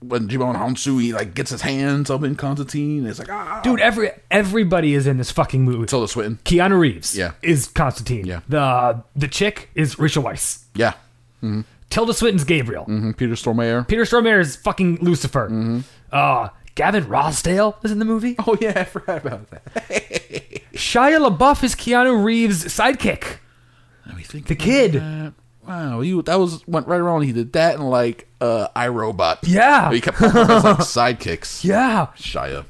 when Jimon Honsu he like gets his hands up in Constantine. and It's like ah,
Dude, every everybody is in this fucking movie.
Tilda Swinton.
Keanu Reeves
Yeah.
is Constantine.
Yeah.
The the chick is Rachel Weisz.
Yeah,
Tilda Swinton's Gabriel.
Mhm, Peter Stormare.
Peter Stormare is fucking Lucifer.
Mm-hmm.
Uh, Gavin Rossdale is in the movie.
<laughs> Oh yeah, I forgot about that.
Shia LaBeouf is Keanu Reeves' sidekick.
Let me think
The
about
kid.
that. Wow, you that was went right around. He did that and like uh iRobot.
Yeah.
Oh, he kept popping up as like sidekicks.
Yeah. <laughs>
Shia.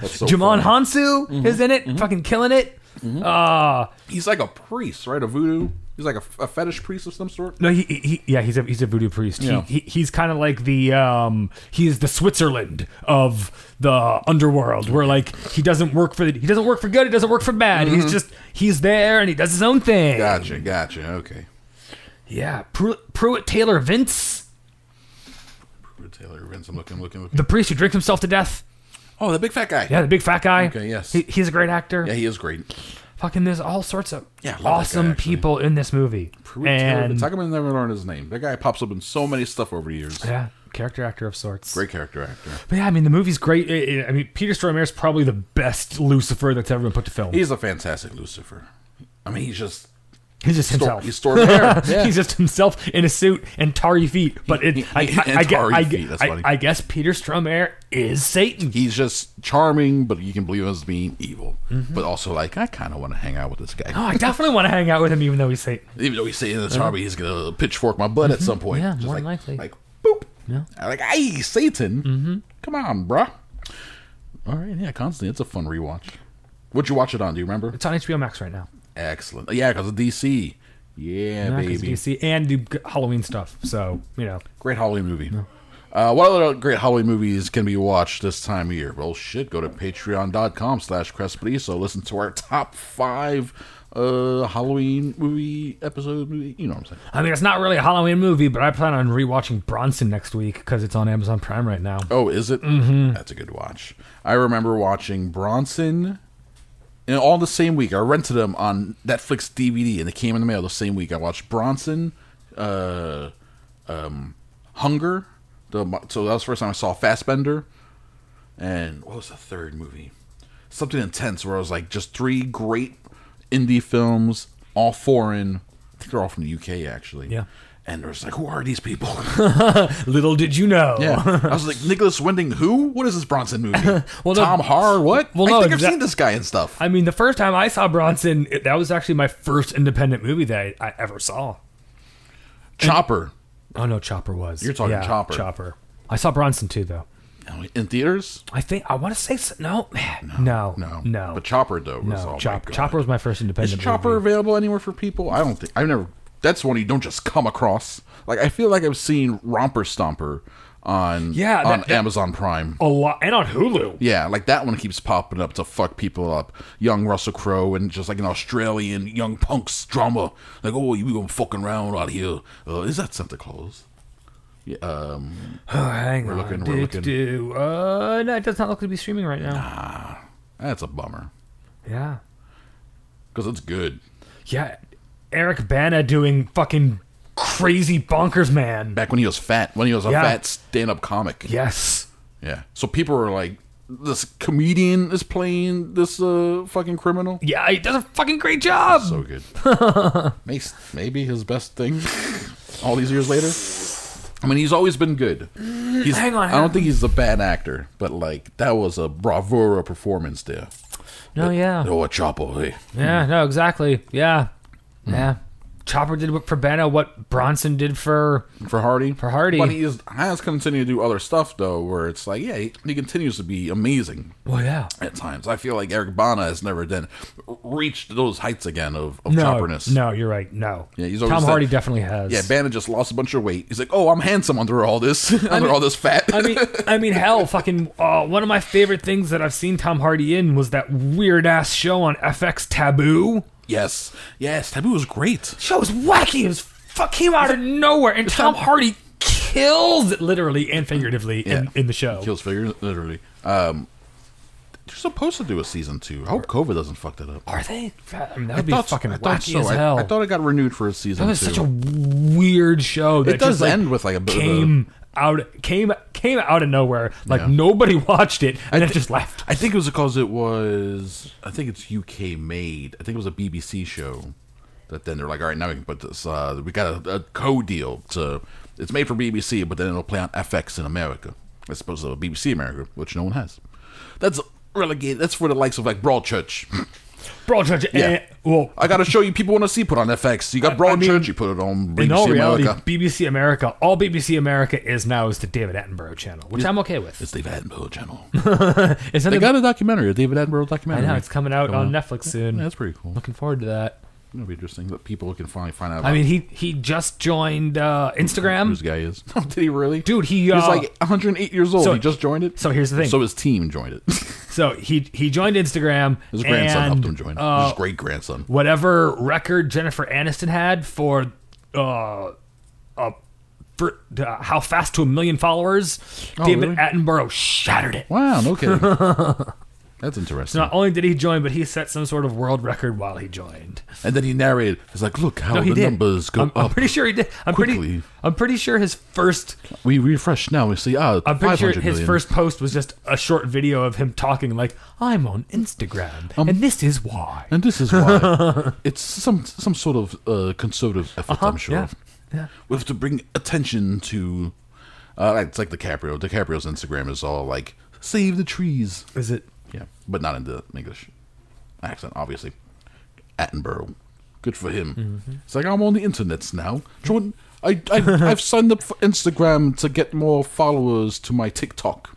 That's so
Jamon
funny.
Hansu
Mm-hmm.
is in it, fucking killing it. Uh,
He's like a priest, right? A voodoo. He's like a, a fetish priest of some sort.
No, he, he, he yeah, he's a he's a voodoo priest.
Yeah.
He, he he's kind of like the um he's the Switzerland of the underworld where like he doesn't work for the, he doesn't work for good, he doesn't work for bad. He's
Mm-hmm.
just he's there and he does his own thing.
Gotcha, gotcha. Okay.
Yeah, Pru- Pruitt Taylor Vince,
Taylor Vince, I'm looking, looking, looking.
the priest who drinks himself to death.
Oh, the big fat guy.
Yeah, the big fat guy.
Okay, yes.
He, he's a great actor.
Yeah, he is great.
Fucking there's all sorts of
Yeah, I love that guy,
awesome
actually.
people in this movie.
Pruitt Taylor
and
Vince. How come I never learned his name? That guy pops up in so many stuff over the years.
yeah, character actor of sorts.
Great character actor.
But yeah, I mean, the movie's great. I- I- I mean, Peter Stormare's probably the best Lucifer that's ever been put to film.
He's a fantastic Lucifer. I mean, he's just
he's just
stor-
himself.
he's stormy
<laughs>
hair.
He's just himself in a suit and tarry feet. But it,
He-
I,
he-
I,
and
I, gue-
tarry
I,
feet, that's
I-
funny.
I guess Peter Stormare is Satan.
He's just charming, but you can believe him as being evil. But also, like, I kind of want to hang out with this guy.
Oh, I definitely want to hang out with him, even though he's Satan.
<laughs> Even though he's saying this, probably he's gonna pitchfork my butt at some point.
Mm-hmm. Yeah,
Just
more
like,
than likely. Mm-hmm.
Like boop. I'm Like hey, Satan, come on, bruh. All right, yeah, constantly. It's a fun rewatch. What'd you watch it on? Do you remember?
It's on HBO Max right now.
Excellent. Yeah, because of DC. Yeah,
Yeah, 'cause
baby.
DC and do g- Halloween stuff. So you know,
Great Halloween movie. Uh, what other great Halloween movies can be watched this time of year? Well, shit, go to patreon.com slash crespediso. Listen to our top five uh, Halloween movie episode. Movie, you know what I'm saying.
I mean, it's not really a Halloween movie, but I plan on rewatching Bronson next week because it's on Amazon Prime right now.
Oh, is it? Mm-hmm. That's a good watch. I remember watching Bronson and all the same week. I rented them on Netflix DVD, and they came in the mail the same week. I watched Bronson, uh, um, Hunger. The, mo- so that was the first time I saw Fastbender. And what was the third movie? Something intense where I was like, just three great indie films, all foreign. I think they're all from the UK, actually.
Yeah.
And it was like, who are these people? <laughs>
Little did you know.
Yeah, <laughs> I was like Nicholas Winding. Who? What is this Bronson movie?
<laughs> Well, no-
Tom Har. What?
Well,
I
no,
think I've
that-
seen this guy and stuff.
<laughs> I mean, the first time I saw Bronson, it- that was actually my first independent movie that I, I ever saw.
Chopper
Oh no, Chopper was.
You're talking Chopper.
Chopper. I saw Bronson too, though.
Oh, in theaters?
I think I want to say so, no, <sighs> no,
No,
no, no.
But Chopper though. Was,
no,
oh my
Chop-
God.
Chopper was my first
Is
independent.
Chopper
movie.
available anywhere for people? I don't think I've never. That's one you don't just come across. Like I feel like I've seen Romper Stomper on
Yeah, that-
on
that- Oh.
Amazon Prime.
a lot and on Hulu.
Yeah, like that one keeps popping up to fuck people up. Young Russell Crowe and just like an Australian young punk's drama. Like, oh, you gonna fucking around out here? Uh, is that Santa Claus? Yeah, um,
<sighs> Oh, hang we're on,
looking,
do,
we're looking.
do. Uh, no, it does not look to be streaming right now.
that's a bummer
Yeah,
because it's good.
yeah. Eric Bana doing fucking crazy bonkers man.
Back when he was fat, when he was a
Yeah.
fat stand-up comic.
Yes.
Yeah. So people were like, this comedian is playing this uh fucking criminal.
Yeah, he does a fucking great job.
So good.
<laughs>
May- Maybe his best thing. <laughs> All these years later. I mean, he's always been good. He's,
Hang on,
I
hang
don't
on.
think he's a bad actor, but like that was a bravura performance there.
no, yeah.
Oh, a chopper! Hey, Hmm.
Yeah, no, exactly. Yeah. Yeah. Chopper did for Beno, what Bronson did for.
for Hardy.
For Hardy.
But he is, has continued to do other stuff, though, where it's like, yeah, he, he continues to be amazing
Well, yeah.
at times. I feel like Eric Bana has never then reached those heights again of, of
No,
chopperness.
no, you're right. No,
Yeah, he's always
Tom
said-
Hardy definitely has.
Yeah, Bana just lost a bunch of weight. He's like, oh, I'm handsome under all this, <laughs> under all this fat.
I mean, I mean, hell, fucking. Uh, one of my favorite things that I've seen Tom Hardy in was that weird ass show on FX Taboo.
<laughs> yes, yes, Taboo was great.
Show was wacky. It was fuck came out of nowhere, and Tom Hardy kills it literally and figuratively in,
Yeah.
in the show.
Kills figures literally. Um, they're supposed to do a season two. I hope COVID doesn't fuck that up.
Are they? I mean, that would be fucking
I thought
wacky
so.
as
I-
hell.
I, thought it got renewed for a season.
that was
two.
such a weird show. That
It does
just, like,
end with like a bit of a-
came out came came out of nowhere. Like
Yeah.
nobody <laughs> watched it, and
I
it
thi-
just left.
I think it was because it was. I think it's UK made. I think it was a BBC show. That then they're like, all right, now we can put this. Uh, we got a, a co deal to. It's made for BBC, but then it'll play on FX in America. As opposed to BBC America, which no one has. That's relegated. That's for the likes of like Broadchurch.
Broadchurch.
Yeah.
Yeah. eh, well,
I got to show you people want to see put on FX. You got
I- I
Broadchurch,
mean,
you put it on
in all
BBC
reality,
America.
BBC America, all BBC America is now is the David Attenborough channel, which I'm okay with.
It's David Attenborough
<laughs>
channel.
It's
they
another-
got a documentary, a David Attenborough
I
documentary.
know it's coming out on Netflix soon.
Yeah, that's pretty cool.
Looking forward to that.
It'll be interesting that people can finally find out.
I
about
mean, he he just joined uh,
who
Instagram.
this guy <laughs> is. Did he really?
Dude, he,
He's
uh,
like 108 years old.
so-
he just joined it.
so here's the thing.
So his team joined it. <laughs> his
So he he joined Instagram.
grandson
and,
helped him join.
uh,
his great grandson.
whatever record Jennifer Aniston had for uh, uh, for uh, how fast to a million followers, David
Oh, really?
Attenborough shattered it.
Wow, no
<laughs>
kidding. That's interesting.
Not only did he join, but he set some sort of world record while he joined.
and then he narrated. He's like, look how
No,
the
he did.
numbers go
I'm,
up.
I'm pretty sure he did. I'm
quickly.
pretty. I'm pretty sure his first.
we refresh now. We see, ah,
I'm pretty sure
500
his
million.
first post was just a short video of him talking like, "I'm on Instagram,
Um,
and this is why."
And this is
<laughs>
why it's some some sort of uh, conservative effort, I'm sure.
Uh-huh, yeah, yeah.
We have to bring attention to. Uh, like- it's like DiCaprio. DiCaprio's Instagram is all like "save the trees."
Is it?
Yeah, but not in the English accent, obviously. Attenborough, good for him.
Mm-hmm.
It's like I'm on the internets now, Jordan. I,
<laughs>
I I've signed up for Instagram to get more followers to my TikTok.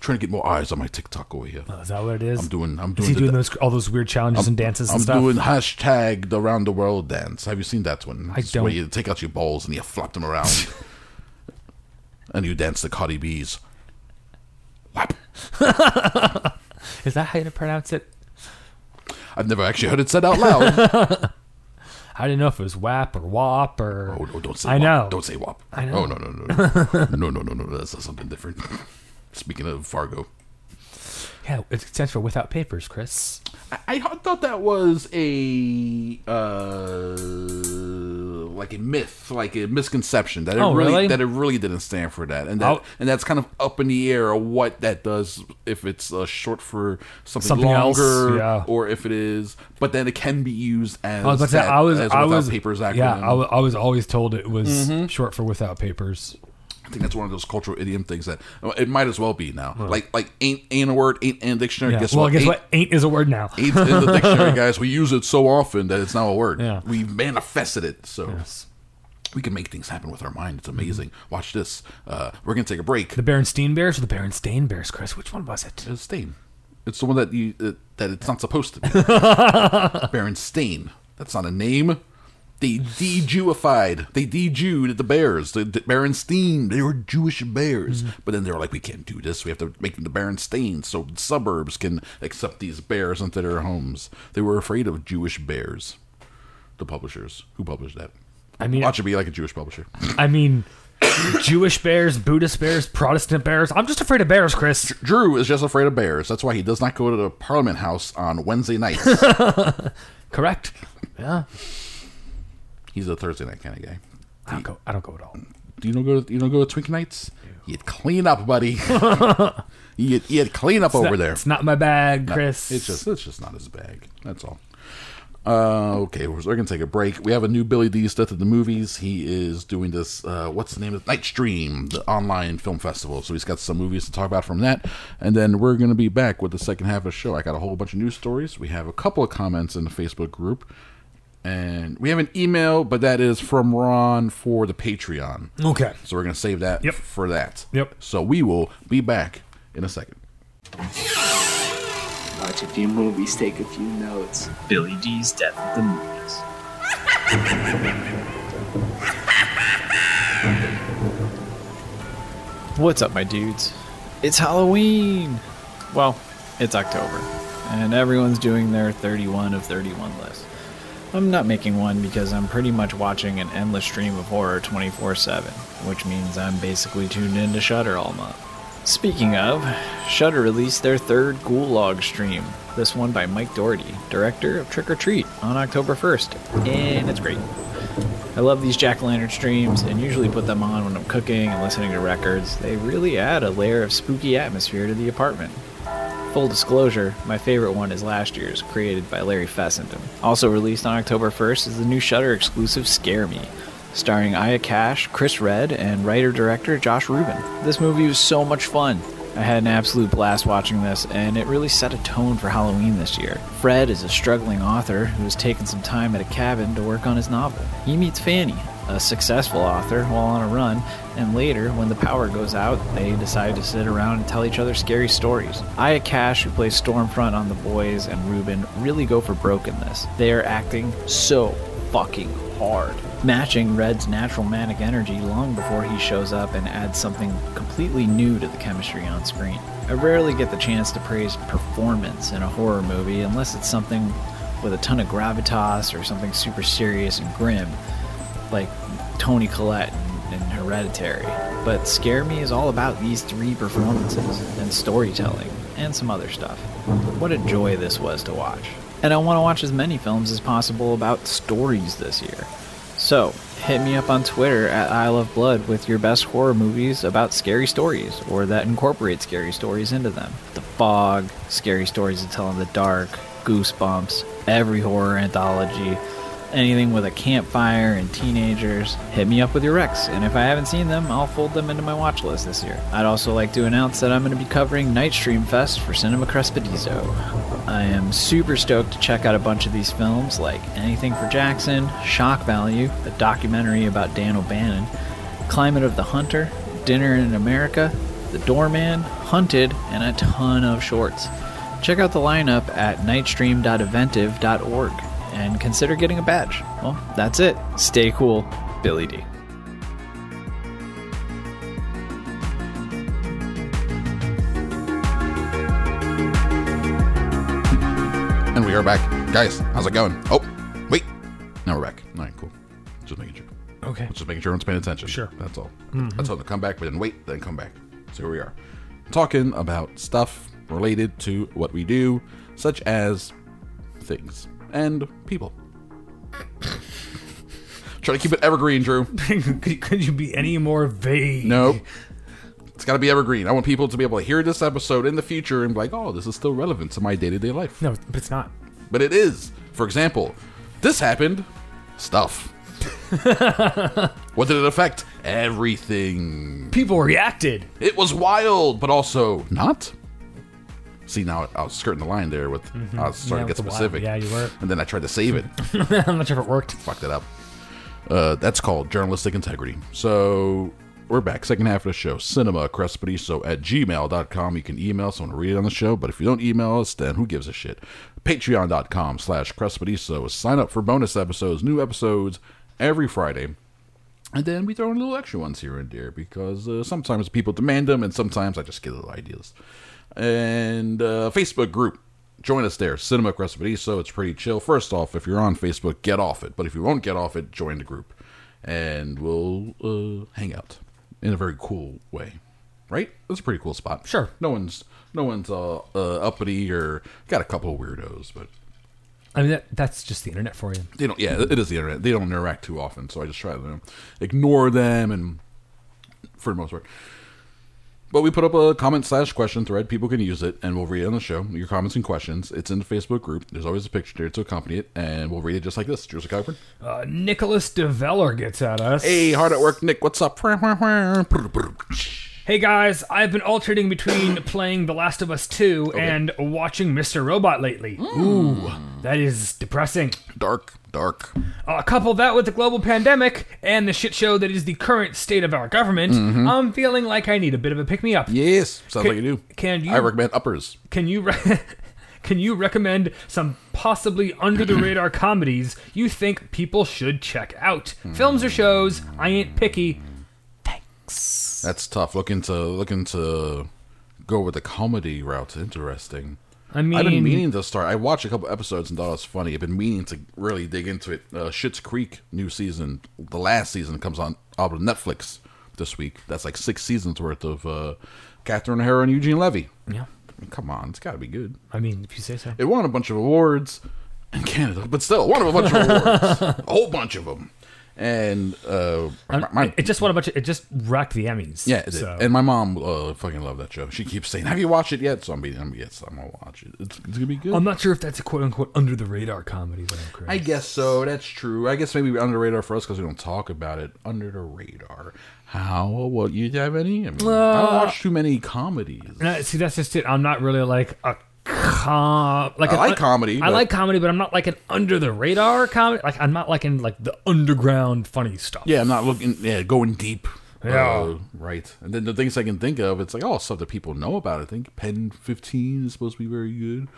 trying to get more eyes on my TikTok over here.
Oh, Is that what it is?
I'm doing- I'm
Is
doing
he
the-
doing those all those weird challenges and dances and
I'm
stuff?
doing hashtag the round the world dance. Have you seen that one?
I
It's
don't.
Where you take out your balls and you flop them
<laughs>
around, and you dance the Cardi B's. Whap.
Is that how you pronounce it?
I've never actually heard it said out loud.
I didn't know if it was WAP or WAP or.
oh no! Don't say.
I
whap.
know.
Don't say wop.
I know.
Oh no no no
<laughs>
no no no no no! That's something different. <laughs> Speaking of Fargo,
Yeah, it stands for without papers, Chris.
I, I thought that was a uh, like a myth, like a misconception that it
Oh,
really,
really? Oh.
that it really didn't stand for that, and that
I'll-
and that's kind of up in the air of what that does if it's uh, short for something,
Something else,
longer,
yeah.
or if it is, but then it can be used as
I was about to say
that,
I was
as
I
without
was
papers acronym. Mm-hmm.
Yeah, I wa- I was always told it was short for without papers.
I think that's one of those cultural idiom things that it might as well be now. Like like ain't ain't a word, ain't in a dictionary.
Yeah.
Guess
well,
what?
guess
Ain't-
what? Ain't is a word now.
It's in the
<laughs>
dictionary, guys. We use it so often that it's now a word.
Yeah.
We manifested it. So we can make things happen with our mind.
Mm-hmm.
It's amazing. Watch this. Uh, we're going to take a break.
The Berenstain Bears or the Berenstain Bears, Chris? Which one was it?
It's uh, stain. It's the one that you uh, that it's not supposed to be. Baron Stain. That's not a name. They de-Jewified. They de-Jewed the bears. The, the Baron Stain. They were Jewish bears. But then they were like, we can't do this. We have to make them the Baron Stain so the suburbs can accept these bears into their homes. They were afraid of Jewish bears. The publishers who published that.
I mean-
watch it be like a Jewish publisher.
I mean, Jewish bears, Buddhist bears, Protestant bears. I'm just afraid of bears, Chris.
Drew is just afraid of bears. That's why he does not go to the Parliament House on Wednesday nights.
Correct. Yeah.
He's a Thursday night kind of guy.
I don't go. I don't go at all.
Do you don't go? You don't go to Twink Nights? You'd clean up, buddy. <laughs> you'd, you'd clean up over
Not-
there.
It's not my bag, Chris.
It's just it's just not his bag. That's all. Uh, okay, we're, we're gonna take a break. We have a new Billy D's Death at the Movies. He is doing this. Uh, what's the name of it? Night Stream, the online film festival. So he's got some movies to talk about from that, and then we're gonna be back with the second half of the show. I got a whole bunch of news stories. We have a couple of comments in the Facebook group. And we have an email, but that is from Ron for the Patreon.
Okay.
So we're going to save that
Yep.
for that.
Yep.
So we will be back in a second.
Watch a few movies, take a few notes. Billy D's Death at the Movies.
What's up, my dudes? It's Halloween! Well, it's October, and everyone's doing their 31 of 31 list. I'm not making one because I'm pretty much watching an endless stream of horror 24 7, which means I'm basically tuned into Shudder all month. Speaking of, Shudder released their third Gulag stream, this one by Mike Doherty, director of Trick or Treat, on October 1st, and it's great. I love these jack o' lantern streams and usually put them on when I'm cooking and listening to records. They really add a layer of spooky atmosphere to the apartment. Full disclosure, my favorite one is last year's, created by Larry Fessenden. Also released on October 1st is the new Shutter exclusive Scare Me, starring Aya Cash, Chris Red, and writer director Josh Rubin. This movie was so much fun. I had an absolute blast watching this, and it really set a tone for Halloween this year. Fred is a struggling author who has taken some time at a cabin to work on his novel. He meets Fanny, a successful author while on a run, and later, when the power goes out, they decide to sit around and tell each other scary stories. Aya Cash, who plays Stormfront on The Boys, and Ruben really go for broke in this. They are acting so fucking hard, matching Red's natural manic energy long before he shows up and adds something completely new to the chemistry on screen. I rarely get the chance to praise performance in a horror movie unless it's something with a ton of gravitas or something super serious and grim like Tony Collette and, and Hereditary. But Scare Me is all about these three performances and storytelling and some other stuff. What a joy this was to watch. And I want to watch as many films as possible about stories this year. So, hit me up on Twitter at I Love Blood with your best horror movies about scary stories or that incorporate scary stories into them. The Fog, Scary Stories to Tell in the Dark, Goosebumps, every horror anthology, anything with a campfire and teenagers, hit me up with your recs. And if I haven't seen them, I'll fold them into my watch list this year. I'd also like to announce that I'm going to be covering Nightstream Fest for Cinema Crespedizo. I am super stoked to check out a bunch of these films, like Anything for Jackson, Shock Value, a documentary about Dan O'Bannon, Climate of the Hunter, Dinner in America, The Doorman, Hunted, and a ton of shorts. Check out the lineup at nightstream.eventive.org and consider getting a badge. Well, that's it. Stay cool, Billy D.
And we are back. Guys, how's it going? Oh, wait. Now we're back. All right, cool. Just making sure.
Okay. <laughs>
Just making sure everyone's paying attention.
Sure. Mm-hmm.
That's all. I told them to come back, but then wait, then come back. So here we are. Talking about stuff related to what we do, such as things and people. <coughs> Try to keep it evergreen, Drew.
could, could you be any more vague?
Nope. It's got to be evergreen. I want people to be able to hear this episode in the future and be like, oh, this is still relevant to my day to day life.
No, but it's not.
But it is. For example, this happened. Stuff. what did it affect? Everything.
People reacted. <laughs>
It was wild, but also not. See, now I was skirting the line there with I was starting to get
Mm-hmm. Yeah, with the wild.
specific.
Yeah, you were.
And then I tried to save it.
I'm not sure if it worked.
Fucked it up. Uh, that's called journalistic integrity. So we're back. Second half of the show. Cinema Crespediso at gmail.com. You can email us. I want to read it on the show. But if you don't email us, then who gives a shit? Patreon.com slash Crespediso. Sign up for bonus episodes, new episodes every Friday. And then we throw in little extra ones here and there because uh, sometimes people demand them, and sometimes I just get little ideas. And uh, Facebook group, join us there, Cinema Crespediso. It's pretty chill. First off, if you're on Facebook, get off it. But if you won't get off it, join the group, and we'll uh, hang out in a very cool way. Right? It's a pretty cool spot.
Sure.
No one's no one's uh, uh, uppity or got a couple of weirdos, but
I mean, that, that's just the internet for you.
they don't yeah it is the internet they don't interact too often so i just try to ignore them and for the most part but we put up a comment slash question thread people can use it and we'll read it on the show your comments and questions it's in the facebook group there's always a picture there to accompany it and we'll read it just like this Drew Cochran.
Uh, Nicholas DeVeller gets at us.
hey hard at work nick what's up
Hey guys, I've been
<coughs>
alternating between playing The Last of Us 2 and watching Mr. Robot lately.
Hmm.
Ooh, that is depressing.
Dark, dark.
Uh, couple that with the global pandemic and the shit show that is the current state of our government,
Mm-hmm.
I'm feeling like I need a bit of a pick me up.
Yes, sounds
Can-
like you do.
can you-
I recommend uppers.
Can you re- <laughs> can you recommend some possibly
<coughs>
under the radar comedies you think people should check out? Films or shows? I ain't picky.
That's tough. Looking to looking to go with the comedy route. Interesting.
I mean,
I've been meaning to start. I watched a couple episodes and thought it was funny. I've been meaning to really dig into it. Uh, Shit's Creek new season, the last season comes on on Netflix this week. That's like six seasons worth of uh, Catherine O'Hara and Eugene Levy.
yeah.
I mean, come on, it's got to be good.
I mean, if you say so.
It won a bunch of awards in Canada, but still, it won a bunch of awards, a whole bunch of them. And uh, my- my-
It just won a bunch. Of, it just racked the Emmys.
yeah, it did.
so.
and my mom uh, fucking loved that show. She keeps saying, "Have you watched it yet?" So I'm being, I'm, yes, I'm gonna watch it. It's, it's gonna be good.
I'm not sure if that's a quote unquote under the radar comedy though, Chris.
I guess so. That's true. I guess maybe we're under the radar for us because we don't talk about it. Under the radar. How? Well, you have any? I mean, I don't watch too many comedies.
Uh, see, that's just it. I'm not really like a com. Like
I
an
like
un-
comedy,
I
but-
like comedy, but I'm not like an under the radar comedy. Like I'm not like in like the underground funny stuff.
Yeah, I'm not looking. Yeah, going deep.
Yeah.
right. And then the things I can think of, it's like oh, stuff that people know about. I think Pen Fifteen is supposed to be very good.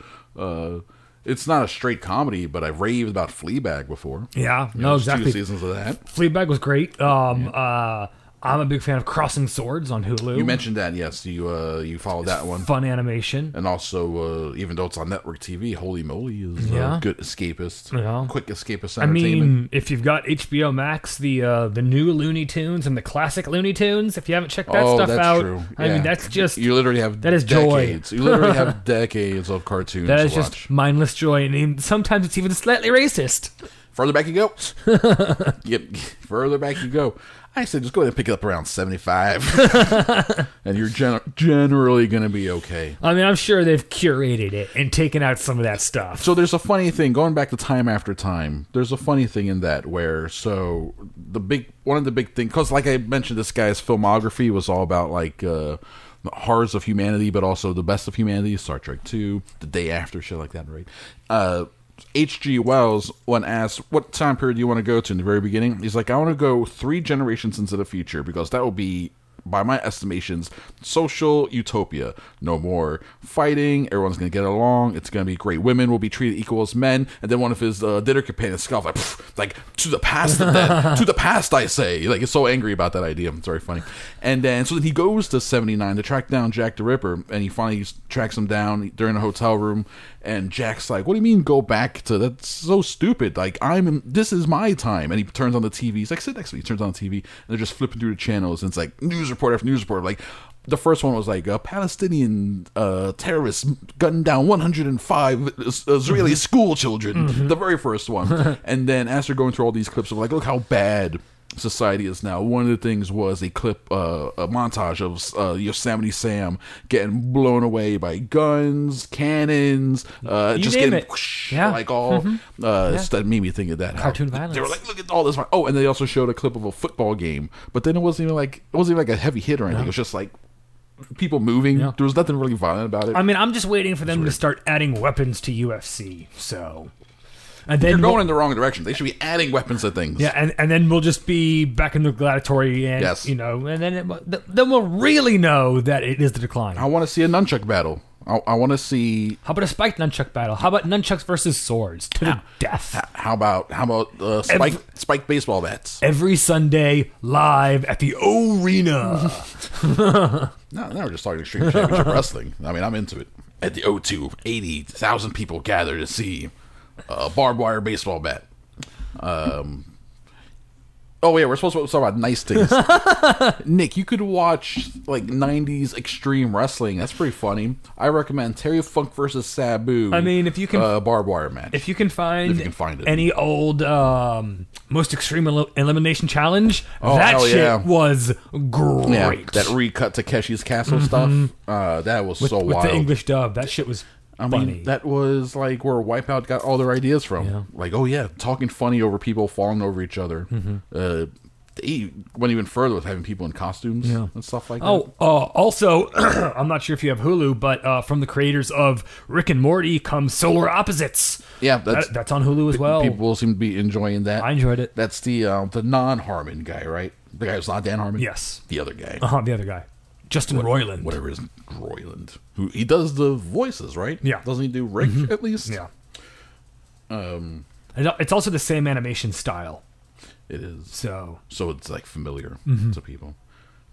Uh, it's not a straight comedy, but I've raved about Fleabag before.
Yeah,
You
no,
there's
exactly.
Two seasons of that.
Fleabag was great. Um, uh, I'm a big fan of Crossing Swords on Hulu.
You mentioned that, yes. You uh, you followed that one.
fun animation.
and also uh, even though it's on network TV, holy moly, is
Yeah.
a good escapist,
Yeah.
quick escapist
I
entertainment.
mean, if you've got HBO Max, the uh, the new Looney Tunes and the classic Looney Tunes, if you haven't checked that
oh,
stuff
that's
out,
true.
I
Yeah.
mean, that's just
you literally have
that is joy.
decades. You literally
<laughs>
have decades of cartoons
that is
to
just
watch.
mindless joy, and even- sometimes it's even slightly racist.
Further back you
<laughs>
go. yep, further back you go. I said just go ahead and pick it up around
<laughs>
seventy-five, and you're gen- generally going to be okay.
I mean, I'm sure they've curated it and taken out some of that stuff.
So there's a funny thing going back to time after time. There's a funny thing in that where so the big one of the big thing because like I mentioned, this guy's filmography was all about like uh, the horrors of humanity, but also the best of humanity, Star Trek Two, The Day After, shit like that, right? Uh, H.G. Wells, when asked what time period do you want to go to in the very beginning, he's like, I want to go three generations into the future because that will be by my estimations, social utopia. No more fighting. Everyone's going to get along. It's going to be great. Women will be treated equal as men. And then one of his uh, dinner companions scoffs, like, "Pff, like, to the past, then. to the past, I say. Like, he's so angry about that idea. It's very funny. And then, so then he goes to 79 to track down Jack the Ripper. And he finally s- tracks him down during a hotel room. And Jack's like, what do you mean go back to that's so stupid. Like, I'm in, this is my time. And he turns on the TV. He's like, sit next to me. He turns on the TV. And they're just flipping through the channels. And it's like news report after news report. Like, the first one was like a Palestinian uh, terrorist gunned down 105 Is- uh, Israeli school children. The very first one. and then as they're going through all these clips of like, look how bad society is now. One of the things was a clip, uh, a montage of uh, Yosemite Sam getting blown away by guns, cannons, uh,
You
just
name
getting
it.
whoosh,
Yeah. Mm-hmm.
like all uh, it's- that made me think of that. how
Cartoon
They were
violence.
like, look at all this. vi- Oh, and they also showed a clip of a football game, but then it wasn't even like it wasn't even like a heavy hit or anything. It was just like people moving.
Yeah.
There was nothing really violent about it.
I mean, I'm just waiting for them to start adding weapons to UFC. So, and then
They're
we'll-
going in the wrong direction. They should be adding weapons to things.
yeah, and, and then we'll just be back in the gladiatory, and
Yes.
you know, and then it, will- th- then we'll really know that it is the decline.
I want to see a nunchuck battle. I, I want to see
How about a spiked nunchuck battle? How about nunchucks versus swords to the death?
how about how about uh, spike spike baseball bats.
Every Sunday, live at the Arena.
No, now we're just talking extreme <laughs> championship wrestling. I mean, I'm into it. At the O2, 80,000 people gather to see a barbed wire baseball bat. Um, oh, yeah, we're supposed to talk about nice things. Nick, you could watch like 90s extreme wrestling. That's pretty funny. I recommend Terry Funk versus Sabu.
I mean, if you can-
Uh, barbed wire match.
<laughs> If you can find,
If you can find it.
any old um, most extreme el- elimination challenge,
Oh,
that
hell
shit
yeah.
was great.
yeah, that recut Takeshi's Castle stuff. Uh, that was so
with
wild.
the English dub, that shit was
I
funny.
mean, that was like where Wipeout
Mm-hmm.
got all their ideas from. Like, oh yeah, talking funny over people falling over each other. Uh, he went even further with having people in costumes and stuff like that.
Oh, uh, also, <clears throat> I'm not sure if you have Hulu, but uh, from the creators of Rick and Morty comes Solar Opposites.
Yeah,
That, that's on Hulu as well.
People seem to be enjoying that.
I enjoyed it.
That's the uh, the non Harmon guy, right? The guy who's not Dan Harmon.
Yes.
the other guy,
Uh huh. The other guy, Justin Roiland.
whatever is Royland, who he does the voices, right?
Yeah.
doesn't he do Rick at least?
Yeah. Um,
Um,
it's also the same animation style.
it is.
So
So it's like familiar
Mm-hmm.
to people.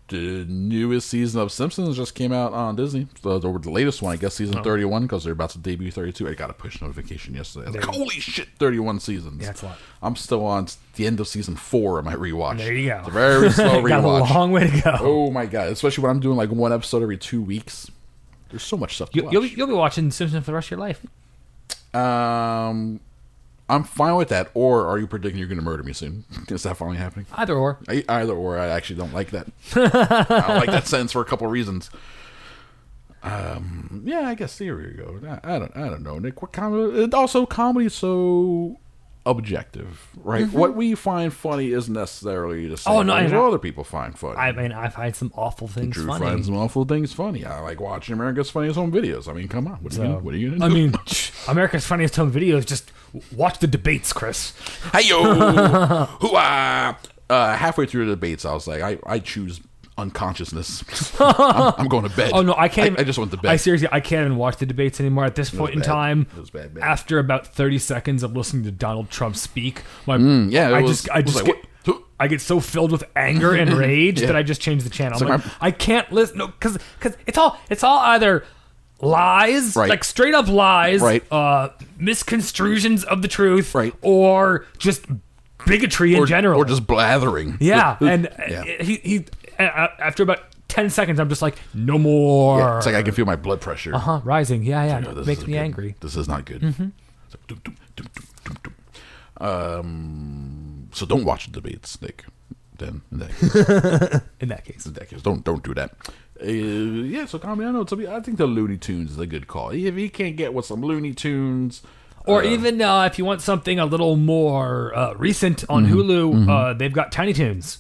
The newest season of Simpsons just came out on Disney. So the, the latest one, I guess,
Oh.
season thirty-one, because they're about to debut thirty-two. I got a push notification yesterday. I was like, Holy shit, thirty-one seasons!
Yeah, that's a lot.
I'm still on the end of season four of my rewatch.
There you go.
It's a
<laughs>
very slow rewatch.
got a long way to go.
Oh my god! Especially when I'm doing like one episode every two weeks. There's so much stuff. To
You,
watch.
will be, you'll be watching Simpsons for the rest of your life.
um, I'm fine with that. Or are you predicting you're going to murder me soon? <laughs> Is that finally happening?
Either or.
I, either or, I actually don't like
<laughs>
that. I don't like that sentence for a couple reasons. Um, yeah, I guess there you go. I, I don't, I don't know, Nick. What comedy? Also, comedy is so objective, right? What we find funny isn't necessarily the same
Mm-hmm. Oh, no,
as
and I-
what other people find funny.
I mean, I've had some awful things
Drew
funny.
finds some awful things funny. I like watching America's Funniest Home Videos. I mean, come on, what are you, gonna- what are you gonna
I
do? <laughs>
mean, <laughs> America's Funniest Home Videos. Just watch the debates, Chris.
hey
<laughs>
yo, hooah! Uh, halfway through the debates, I was like, I, I choose unconsciousness. <laughs> I'm, I'm going to bed.
Oh no, I can't. even-
I, just went to bed.
I seriously, I can't even watch the debates anymore at this point in
bad.
time.
It was bad, bad.
After about thirty seconds of listening to Donald Trump speak, my
Mm, yeah, it
I
was-
just, I
it was like,
just. get-
what? Huh?
I get so filled with anger
<laughs>
and rage that I just change the channel. I'm
like
like, I can't listen, no, because it's all it's all either lies,
Right.
like straight up lies,
Right.
uh, misconstructions of the truth,
Right.
or just bigotry
or,
in general,
or just blathering.
yeah, and
<laughs> Yeah.
uh, he he uh, after about ten seconds, I'm just like, no more.
Yeah, it's like I can feel my blood pressure.
huh, rising. Yeah, yeah,
No, this
uh, Uh-huh. makes
isn't
me
good.
angry. Mm-hmm.
This is not good. It's like, doom, doom, doom, doom, doom, doom. Um, so don't watch the debates, Nick. <laughs> Then in that case,
In that case,
in that case, don't don't do that. Uh, yeah, so comedy. I know. It's, I think the Looney Tunes is a good call. If you can't get with some Looney Tunes,
or even uh, if you want something a little more uh, recent on
Mm-hmm.
Hulu, Uh, they've got Tiny Toons.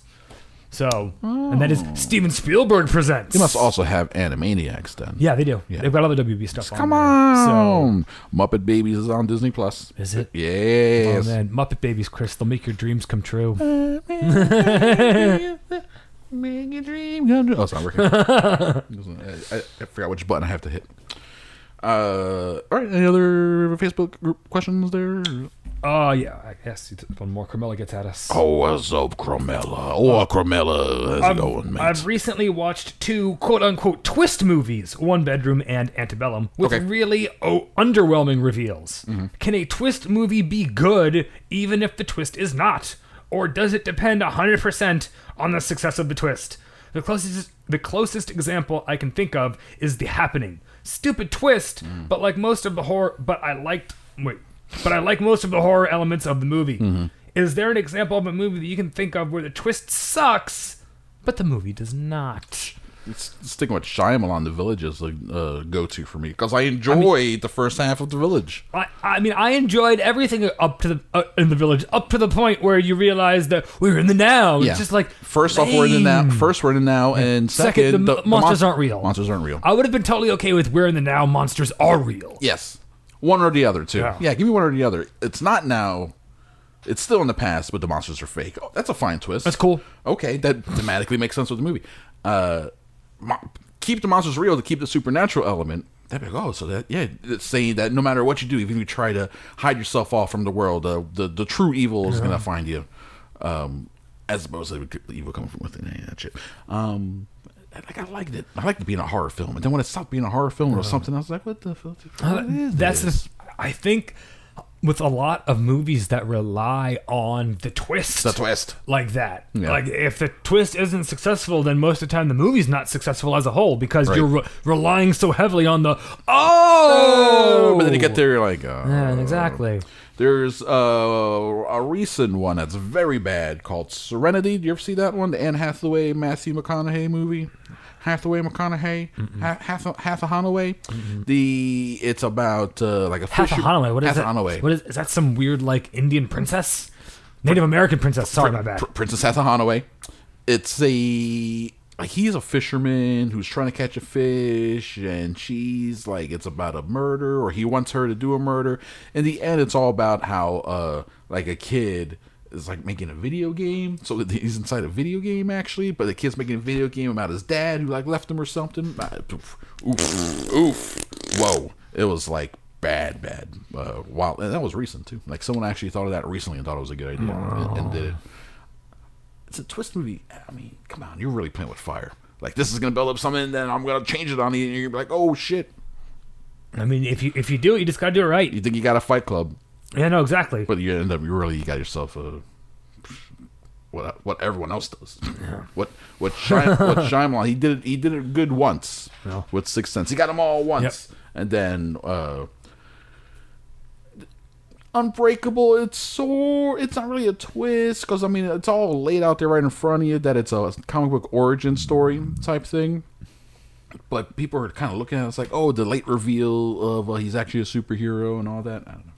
So, and that is Steven Spielberg presents.
you Oh. must also have Animaniacs. Then,
yeah, they do.
Yeah.
They've got all the WB stuff.
Come
there. So, oh,
on, Muppet Babies is on Disney Plus.
Is it? oh
<laughs> Yes. Mm.
man, Muppet Babies, Chris, they'll make your dreams come true.
Make your dream come true. Oh, it's not
<laughs>
working. I, I, I forgot which button I have to hit. Uh, all right. Any other Facebook group questions there?
Oh yeah, I guess it's- one more Carmella gets at us.
Oh, what's up, Cromella? Oh, Cromella, how's it going, mate?
I've recently watched two quote unquote twist movies, One Bedroom and Antebellum, with
Okay. Mm-hmm.
really oh, underwhelming reveals. Can a twist movie be good even if the twist is not? Or does it depend 100% on the success of the twist? The closest, the closest example I can think of is The Happening. Stupid twist,
Mm.
but like most of the horror, but I liked. Wait, but I like most of the horror elements of the movie.
Mm-hmm.
Is there an example of a movie that you can think of where the twist sucks, but the movie does not.
S- Sticking with Shyamalan, The Village is a uh, go-to for me because I enjoyed the first half of The Village.
I, I mean, I enjoyed everything up to the uh, in the village up to the point where you realize that we're in the now. It's just like
first off, we're in the now.
lame.
First, we're in the now, and second,
Second, the, m- monsters
mon-
aren't real.
Monsters aren't real.
I would have been totally okay with we're in the now. Monsters are real.
Yes. One or the other, too. Yeah.
Yeah.
give me one or the other. It's not now. It's still in the past, but the monsters are fake. Oh, that's a fine twist.
That's cool.
Okay, that thematically makes sense with the movie. Uh, mo- keep the monsters real to keep the supernatural element. That'd be like, oh, so that yeah, it's saying that no matter what you do, even if you try to hide yourself off from the world, uh, the the true evil is gonna find you. Um, as opposed to the evil coming from within and that shit. Um, like I liked it. I liked it being a horror film, and then when it stopped being a horror film or something, I was like, what the fuck? What is
That's
this?
the, I think with a lot of movies that rely on the twist.
the twist.
like that.
Yeah.
Like if the twist isn't successful, then most of the time the movie's not successful as a whole because
Right.
you're re- relying so heavily on the oh.
But then you get there, you're like, oh.
Yeah, exactly.
There's uh, a recent one that's very bad called Serenity. Do you ever see that one? The Anne Hathaway, Matthew McConaughey movie. Hathaway, McConaughey, Ha- Hath Hathahanaway. The it's about uh, like a
Half
fisher-
Hanaway. What is
Hathahanaway.
that? What is, is that? Some weird like Indian princess, Native American princess. Sorry, my bad.
Pr- Princess Hathahanaway. it's a he's a fisherman who's trying to catch a fish and she's like it's about a murder or he wants her to do a murder in the end it's all about how uh like a kid is like making a video game so that he's inside a video game actually but the kid's making a video game about his dad who like left him or something Ah, oof oof, oof. whoa it was like bad bad uh wow and that was recent too like someone actually thought of that recently and thought it was a good idea and- and did it it's a twist movie. I mean, come on, you're really playing with fire. Like this is gonna build up something, then I'm gonna change it on you, and you're gonna be like, oh shit.
I mean, if you if you do it, you just gotta do it right.
You think you got a Fight Club,
Yeah, no, exactly.
but you end up you really you got yourself a what what everyone else does. <laughs> what what Shyam, what Shyamalan he did it he did it good once
No.
with Sixth Sense. He got them all once, and then. uh Unbreakable. It's so. It's not really a twist because I mean it's all laid out there right in front of you that it's a comic book origin story type thing. But people are kind of looking at it, it's like, oh, the late reveal of uh, he's actually a superhero and all that. I don't know.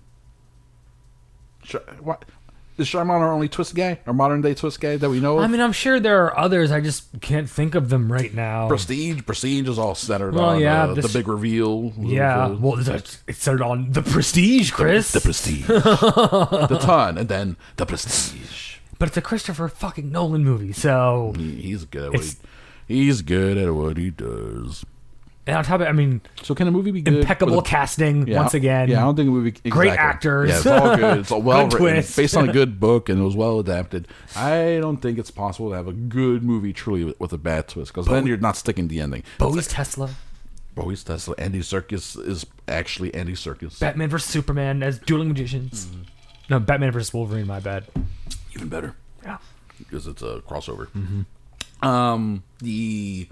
Sh- what is Shyamalan our only twist guy, our modern day twist guy that we know?
I
of?
mean, I'm sure there are others. I just can't think of them right now.
Prestige, Prestige is all centered
Well,
on
yeah,
uh,
this-
the big reveal.
Yeah,
The-
well, it's it's centered on the prestige, Chris.
the
<laughs>
Prestige, the ton, and then the Prestige.
but it's a Christopher fucking Nolan movie, so
He- He's good at what
It's-
he, he's good at what he does.
and on top of it, I mean,
So can a movie be good?
impeccable
with a-
casting
Yeah,
once again.
Yeah, I don't think a movie. Exactly.
Great
<laughs>
actors.
Yeah, it's all good. It's all well
Good
written,
twist.
based on a good book, and it was well adapted. I don't think it's possible to have a good movie truly with, with a bad twist because then you're not sticking to the ending.
Bowie's Tesla,
Bowie Tesla, Andy Circus is actually Andy Circus.
Batman vs Superman as dueling magicians.
Mm-hmm.
No, Batman vs Wolverine. My bad.
Even better
Yeah.
because it's a crossover. Um, the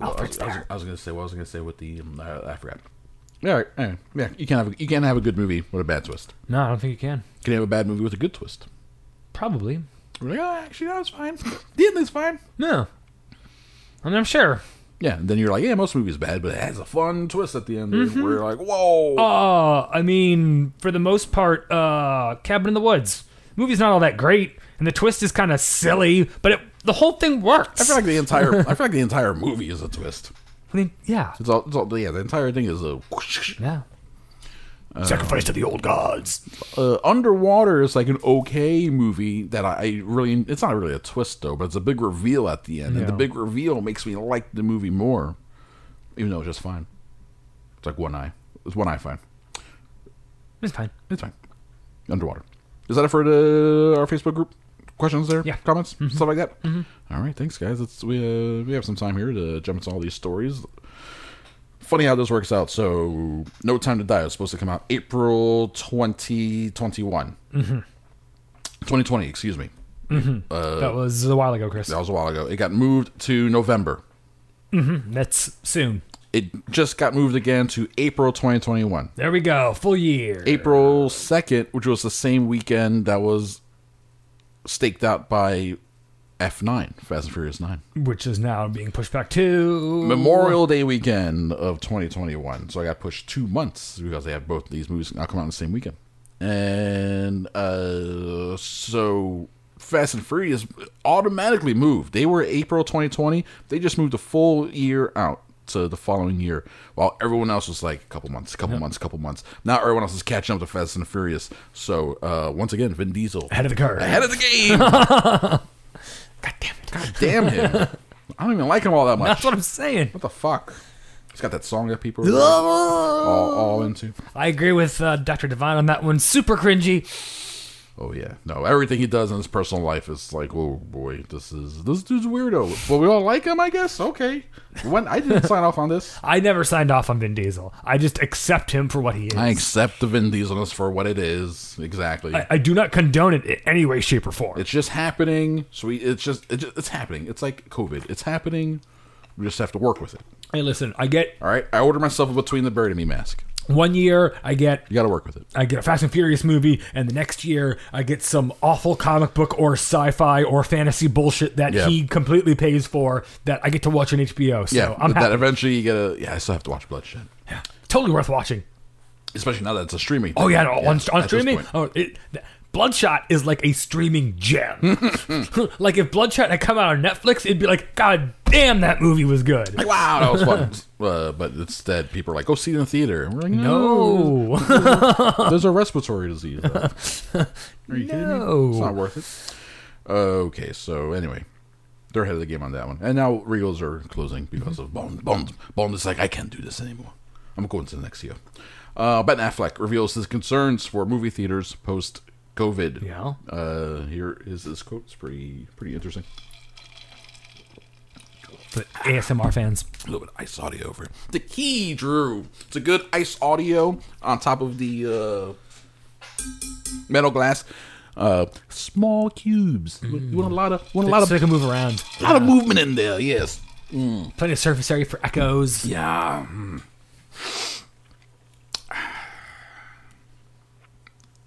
Alfred's
I was,
there.
I was gonna say what I was gonna say with the um, I, I forgot. All right, all right, yeah, you can have a, you can have a good movie with a bad twist.
No, I don't think you can.
Can you have a bad movie with a good twist?
Probably.
We're like, oh, actually, that was fine. <laughs> the ending's fine.
No. I mean, I'm sure.
Yeah, and then you're like, yeah, most movies bad, but it has a fun twist at the end. Where you're like, whoa,
Uh, I mean, for the most part, uh, Cabin in the Woods. movie's not all that great, and the twist is kind of silly, but it, the whole thing works.
I feel like the entire I feel like the entire movie is a twist.
I mean, yeah.
It's all, it's all yeah, the entire thing is a <laughs>
Yeah.
sacrifice to the old gods. Uh, Underwater is like an okay movie that I, I really. It's not really a twist though, but it's a big reveal at the end, and the
Yeah.
big reveal makes me like the movie more, even though it's just fine. It's like one eye. It's one eye fine.
It's fine.
It's fine. Underwater. Is that it for the, our Facebook group? Questions there?
Yeah.
Comments? Stuff like that? All right. Thanks, guys. It's, we, uh, we have some time here to jump into all these stories. Funny how this works out. So, No Time to Die is supposed to come out April 2021. 2020, excuse me. Uh,
that was a while ago, Chris.
That was a while ago. It got moved to November.
That's soon.
It just got moved again to April 2021.
There we go. Full year.
April 2nd, which was the same weekend that was staked out by F9, Fast and Furious 9.
Which is now being pushed back to.
Memorial Day weekend of 2021. So I got pushed two months because they have both these movies now come out on the same weekend. And uh, so Fast and Furious automatically moved. They were April 2020. They just moved a full year out to the following year, while everyone else was like a couple months, couple months, couple months. Now everyone else is catching up to Fast and Furious. So uh, once again, Vin Diesel
Ahead of the curve.
ahead of the game.
God damn it.
Damn him! I don't even like him all that much.
That's what I'm saying.
What the fuck? He's got that song that people are all, all into.
I agree with uh, Dr. Divine on that one. Super cringy.
Oh yeah, no. Everything he does in his personal life is like, oh boy, this is this dude's weirdo. But we all like him, I guess. Okay, when I didn't sign off on this,
I never signed off on Vin Diesel. I just accept him for what he is.
I accept the Vin Dieselness for what it is. Exactly.
I, I do not condone it in any way, shape, or form.
it's just happening. So we, it's just, it just it's happening. It's like COVID. It's happening. We just have to work with it.
hey, listen, I get
All right. I ordered myself a between the bird and me mask.
one year, I get
You got to work with it.
I get a Fast and Furious movie, and the next year I get some awful comic book or sci-fi or fantasy bullshit that
Yeah.
he completely pays for that I get to watch on HBO. So
yeah,
I'm
but that
happy.
eventually you gotta. Yeah, I still have to watch bloodshed,
totally worth watching.
especially now that it's a streaming.
Oh
thing.
yeah, no, on,
at
on
this
streaming.
point.
Oh, it, th- Bloodshot is like a streaming
<laughs>
gem. like if Bloodshot had come out on Netflix, it'd be like, God damn, that movie was good.
Wow, that was
<laughs>
fun. uh, but instead, people are like, "Go see it in the theater." And we're like, "No,
Oh,
there's a respiratory disease."
<laughs>
though." are you kidding me? It's
no.
not worth it. Okay, so anyway, they're ahead of the game on that one, and now Reels are closing because
Mm-hmm.
of Bond. Bond, Bond is like, I can't do this anymore. I'm going to the next year. Uh, ben Affleck reveals his concerns for movie theaters post COVID.
Yeah.
Uh, here is this quote. It's pretty pretty interesting.
The ASMR fans.
a little bit of ice audio over it. The key, Drew. It's a good ice audio on top of the uh, metal glass. Uh, small cubes. You want a lot of want a lot
so they
of
can move around.
lot of movement in there. Yes.
Plenty of surface area for echoes.
Yeah. mm.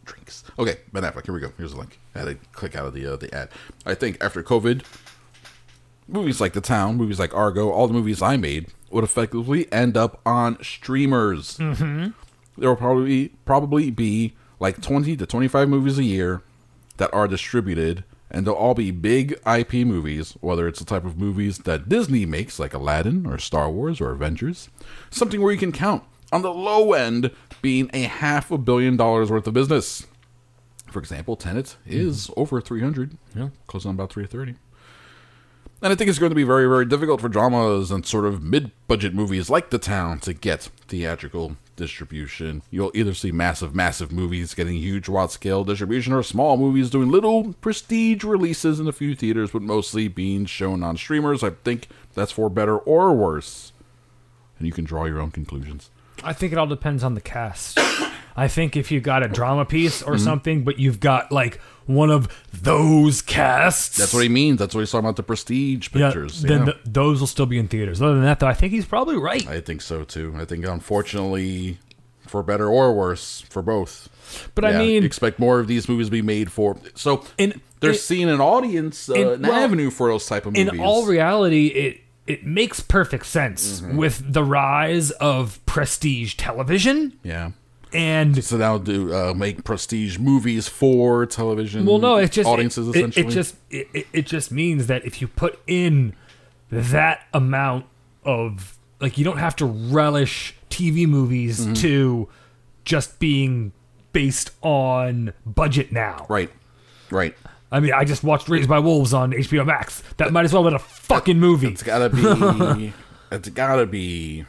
Drinks. Okay, Ben Affleck. Here we go. Here's the link. I had to click out of the uh, the ad. I think after COVID, movies like The Town, movies like Argo, all the movies I made would effectively end up on streamers. Mm-hmm. There will probably probably be like twenty to twenty five movies a year that are distributed, and they'll all be big IP movies, whether it's the type of movies that Disney makes, like Aladdin or Star Wars or Avengers, something where you can count on the low end being a half a billion dollars worth of business. For example, Tenet is over 300, yeah, close on about 330. And I think it's going to be very, very difficult for dramas and sort of mid budget movies like The Town to get theatrical distribution. You'll either see massive, massive movies getting huge wide scale distribution or small movies doing little prestige releases in a few theaters, but mostly being shown on streamers. I think that's for better or worse. And you can draw your own conclusions.
I think it all depends on the cast. I think if you got a drama piece or
Mm-hmm.
something, but you've got like one of those casts.
That's what he means. That's what he's talking about the prestige pictures.
Yeah, then
yeah.
th- those will still be in theaters. Other than that, though, I think he's probably right.
I think so too. I think unfortunately, for better or worse, for both.
But I mean-
expect more of these movies to be made for. So
In-
they're
in-
seeing an audience, uh,
in-
an
well,
avenue for those type of movies.
In all reality, it it makes perfect sense
Mm-hmm.
with the rise of prestige television
yeah.
and
So now do uh, make prestige movies for television.
well, no, it's just
audiences
It, it,
essentially.
it just it, it- it just means that if you put in that amount of like, you don't have to relish TV movies
Mm-hmm.
to just being based on budget now.
right, right.
I mean, I just watched Raised by Wolves on HBO Max. That might as well have been a fucking movie.
It's gotta
<laughs>
be. it's gotta be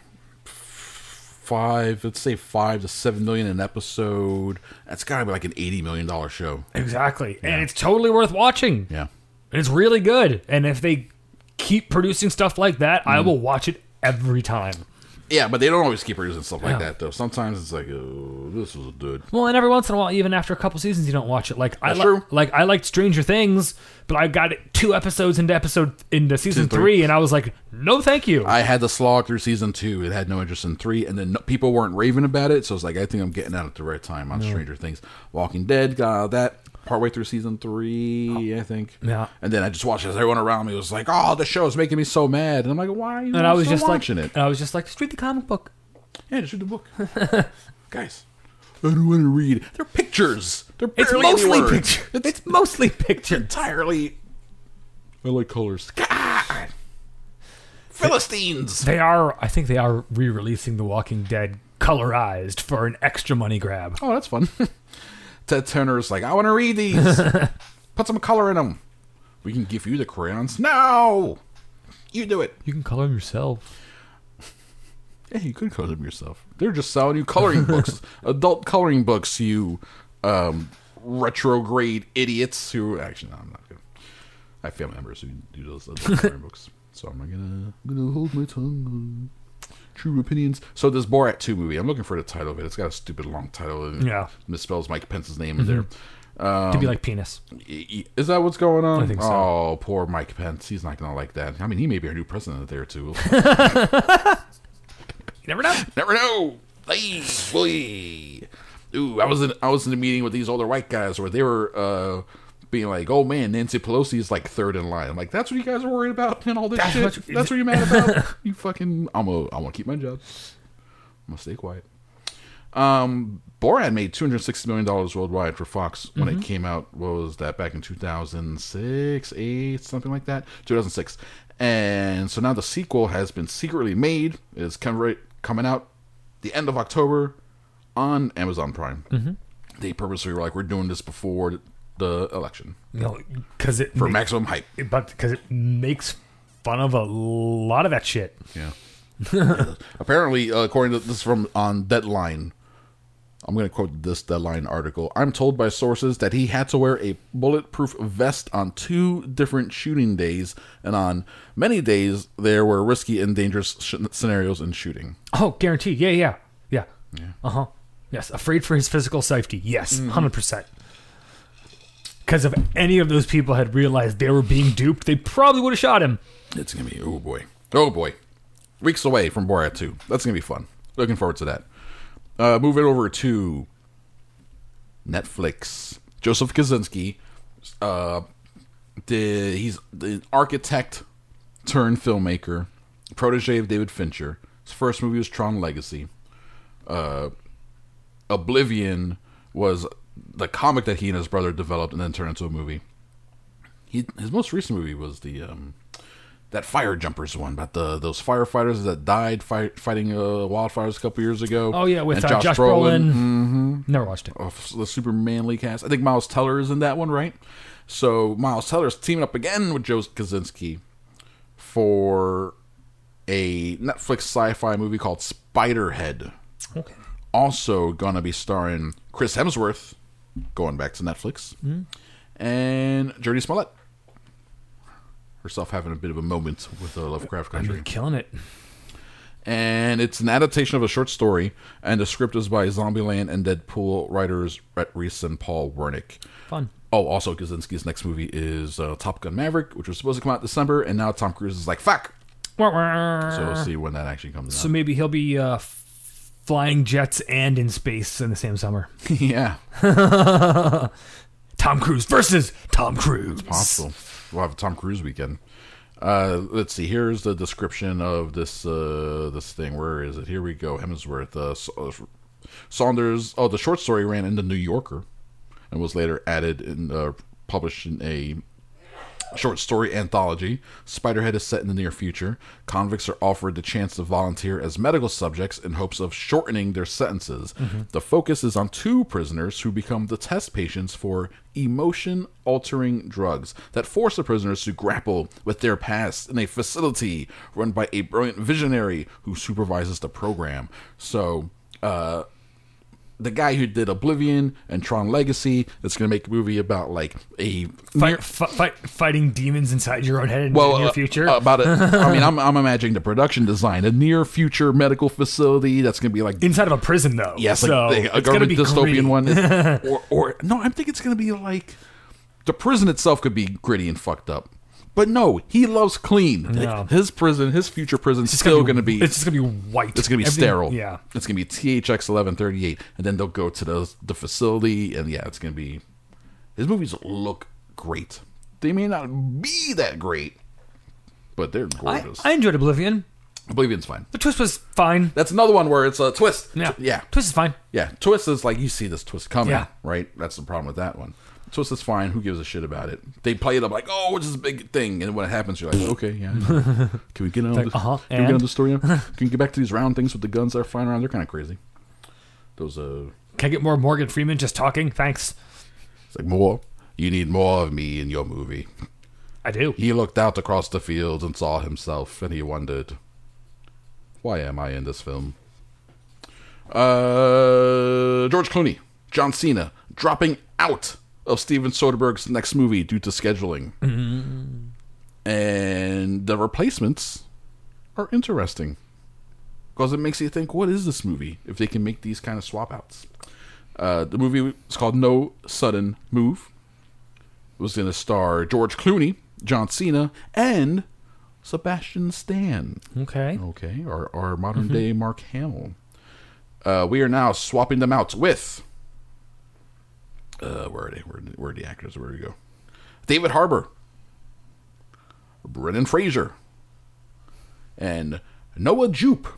five. Let's say five to seven million an episode. That's gotta be like an eighty million dollar show.
Exactly. And it's totally worth watching.
Yeah.
And it's really good. And if they keep producing stuff like that, I
Mm.
will watch it every time.
Yeah, but they don't always keep producing stuff like
Yeah.
that though. Sometimes it's like, oh, this is good.
Well, and every once in a while, even after a couple seasons, you don't watch it. Like I
That's
li-
true.
like I liked Stranger Things, but I got it two episodes into episode into season
Season
three,
three.
and I was like, no, thank you.
I had to slog through season two. It had no interest in three, and then no, people weren't raving about it. So it's like, I think I'm getting out at the right time on Stranger Things. Walking Dead got out of that partway through season three, I think.
Yeah.
And then I just watched it. as Everyone around me was like, "Oh, the show is making me so mad," and I'm like, "Why are you?"
and I was
still
just
watching
<laughs> like,
it.
and I was just like, just read the comic book.
Yeah, just read the
<laughs>
book, guys. I don't want to read. They're pictures. They're
It's
barely any
mostly
words.
pictures. It's mostly <laughs> pictures.
entirely. I like colors. God. Philistines.
They are. I think they are re-releasing The Walking Dead colorized for an extra money grab.
Oh, that's fun. <laughs> Ted Turner's like, I want to read <laughs> these. Put some color in them. We can give you the crayons. No, you do it.
You can color them yourself.
Yeah, you could color them yourself. They're just selling you coloring <laughs> books, adult coloring books. You um, retrograde idiots who actually, no, I'm not gonna. I have family members who do those <laughs> adult coloring books, so I'm not gonna. I'm gonna hold my tongue. on True opinions. So this Borat two movie, I'm looking for the title of it. It's got a stupid long title. and it
Yeah.
misspells Mike Pence's name in there.
to
Um,
be like penis.
Is that what's going on?
I think so.
Oh, poor Mike Pence. He's not going to like that. I mean, he may be our new president there, too. <laughs>
You never know.
Never know. Hey, boy. Ooh, I was in I was in a meeting with these older white guys where they were uh, being like, "Oh man, Nancy Pelosi is like third in line." I'm like, "That's what you guys are worried about and all this shit.
what you-
That's
<laughs>
what you're mad about. you fucking. I'm a. I want to keep my job. I'm gonna stay quiet." Um, Borat made two hundred sixty million dollars worldwide for Fox when it came out. What was that back in two thousand six, eight, something like that? Two thousand six, and so now the sequel has been secretly made. It is com- right- coming out the end of October on Amazon Prime. They purposely were like, we're doing this before the election
No, because it
for
ma-
maximum hype.
but because it makes fun of a lot of that shit.
Yeah. Apparently, uh, according to this is from on Deadline, I'm going to quote this Deadline article. I'm told by sources that he had to wear a bulletproof vest on two different shooting days, and on many days there were risky and dangerous sh- scenarios in shooting.
Oh, guaranteed. Yeah, yeah, yeah. yeah. Uh huh. Yes, afraid for his physical safety. Yes,
Mm-hmm.
100 percent. Because if any of those people had realized they were being duped, they probably would have shot him.
It's going to be oh boy, oh boy, weeks away from Borat 2. That's going to be fun. Looking forward to that. Uh, move it over to Netflix. Joseph Kaczynski, uh, the, he's the architect turned filmmaker, protege of David Fincher. His first movie was Tron Legacy. Uh, Oblivion was the comic that he and his brother developed and then turned into a movie. He, his most recent movie was the um, that fire jumpers one about the those firefighters that died fight, fighting uh, wildfires a couple years ago.
Oh yeah, with
And Mm-hmm.
uh, Josh, Brolin. Never watched it.
of the super manly cast. I think Miles Teller is in that one, right? So Miles Teller's teaming up again with Joe Kaczynski for a Netflix sci-fi movie called Spiderhead.
Okay.
Also gonna be starring Chris Hemsworth, going back to Netflix, and Jodie Smollett. Herself having a bit of a moment with the Lovecraft Country
You're killing it.
and it's an adaptation of a short story, and the script is by Zombieland and Deadpool writers Brett Reese and Paul Wernick.
Fun.
Oh, also Kaczynski's next movie is uh, Top Gun Maverick, which was supposed to come out December, and now Tom Cruise is like, "Fuck!"
Wah, wah.
So we'll see when that actually comes
Uh. So maybe he'll be uh, f- flying jets and in space in the
<laughs>
same summer.
out. <laughs> yeah,
Tom Cruise versus Tom Cruise.
possible. We'll have a Tom Cruise weekend. Uh, let's see. Here's the description of this uh, this thing. Where is it? Here we go. Hemsworth. Uh, Sa- uh, Saunders. Oh, the short story ran in the New Yorker, and was later added and uh, published in a short story anthology. Spiderhead is set in the near future. Convicts are offered the chance to volunteer as medical subjects in hopes of shortening their sentences. The focus is on two prisoners who become the test patients for emotion altering drugs that force the prisoners to grapple with their past in a facility run by a brilliant visionary who supervises the program. So, uh, the guy who did Oblivion and Tron Legacy is going to make a movie about like a
Fight, fi- fight, fighting demons inside your own head in the near
uh,
future.
uh, about it. I mean,
<laughs>
I'm, I'm imagining the production design, a near future medical facility that's going to be like
inside of a prison, though.
yes,
so
like a
it's gonna
government
be
dystopian
gritty.
one,
<laughs>
It's- or or no, I'm thinking it's going to be like the prison itself could be gritty and fucked up. But no, he loves clean. Like,
No.
his prison, his future prison,
It's
still going to be
It's just gonna be white.
it's gonna be
Everything-
sterile.
Yeah.
it's gonna be THX eleven thirty eight, and then they'll go to the the facility, and yeah, it's gonna be. His movies look great. They may not be that great, but they're
I,
gorgeous.
I enjoyed Oblivion.
Oblivion's fine.
The twist was fine.
That's another one where it's a twist.
Yeah.
Tw- yeah,
Twist is fine.
yeah. Twist is like you see this twist coming,
Yeah.
right? That's the problem with that one. Twist is fine. Who gives a shit about it? They play it up like, oh, it's this big thing, and when it happens, you're like, okay,
<laughs>
yeah. Can we get on?
Like,
this,
uh-huh,
Can we get on
and?
the story?
<laughs>
now? Can we get back to these round things with the guns that are flying around? They're kind of crazy. Those uh,
Can I get more Morgan Freeman just talking? Thanks.
it's like more. You need more of me in your movie.
I do.
He looked out across the fields and saw himself, and he wondered, "Why am I in this film?" Uh, George Clooney, John Cena, dropping out of Steven Soderbergh's next movie due to scheduling, and the replacements are interesting because it makes you think, "What is this movie?" If they can make these kind of swap outs, uh, the movie is called No Sudden Move was going to star George Clooney, John Cena, and Sebastian Stan.
Okay.
Okay, our, our modern day Mark Hamill. Uh, we are now swapping them out with. Uh, where are they? Where, where are the actors? Where do we go? David Harbour, Brennan Fraser, and Noah Jupe.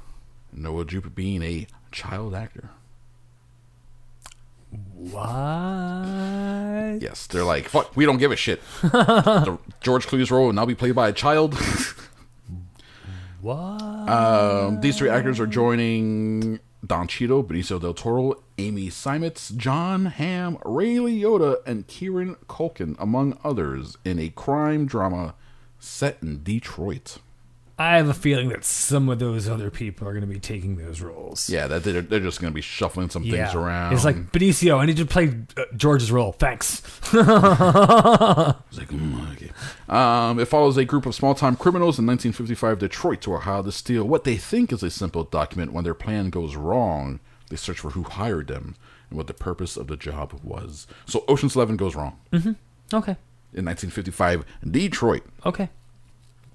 Noah Jupe being a child actor.
What?
Yes, they're like, fuck, we don't give a shit. The- George Clooney's role will now be played by a child.
<laughs> What?
Um, these three actors are joining Don Cheadle, Benicio del Toro, Amy Simons, John Hamm, Ray Liotta, and Kieran Culkin, among others, in a crime drama set in Detroit.
I have a feeling that some of those other people are going to be taking those roles.
Yeah, that they're, they're just going to be shuffling some things around.
It's like Benicio. I need you to play uh, George's role. Thanks. <laughs>
It's like, mm, okay. Um, it follows a group of small-time criminals in 1955 Detroit to how to steal what they think is a simple document. When their plan goes wrong, they search for who hired them and what the purpose of the job was. So Ocean's Eleven goes wrong
okay.
in 1955 Detroit.
Okay.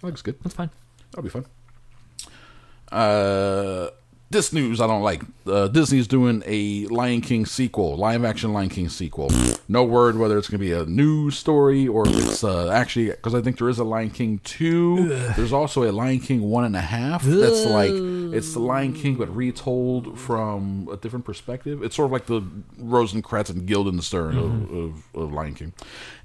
That looks good.
That's fine.
That'll be fun. Uh, this news I don't like. Uh, Disney's doing a Lion King sequel, live action Lion King sequel. no word whether it's going to be a news story or if it's uh, actually because I think there is a Lion King two. There's also a Lion King one and a half. That's like it's the Lion King but retold from a different perspective. It's sort of like the Rosencrantz and Guildenstern of, of, of Lion King,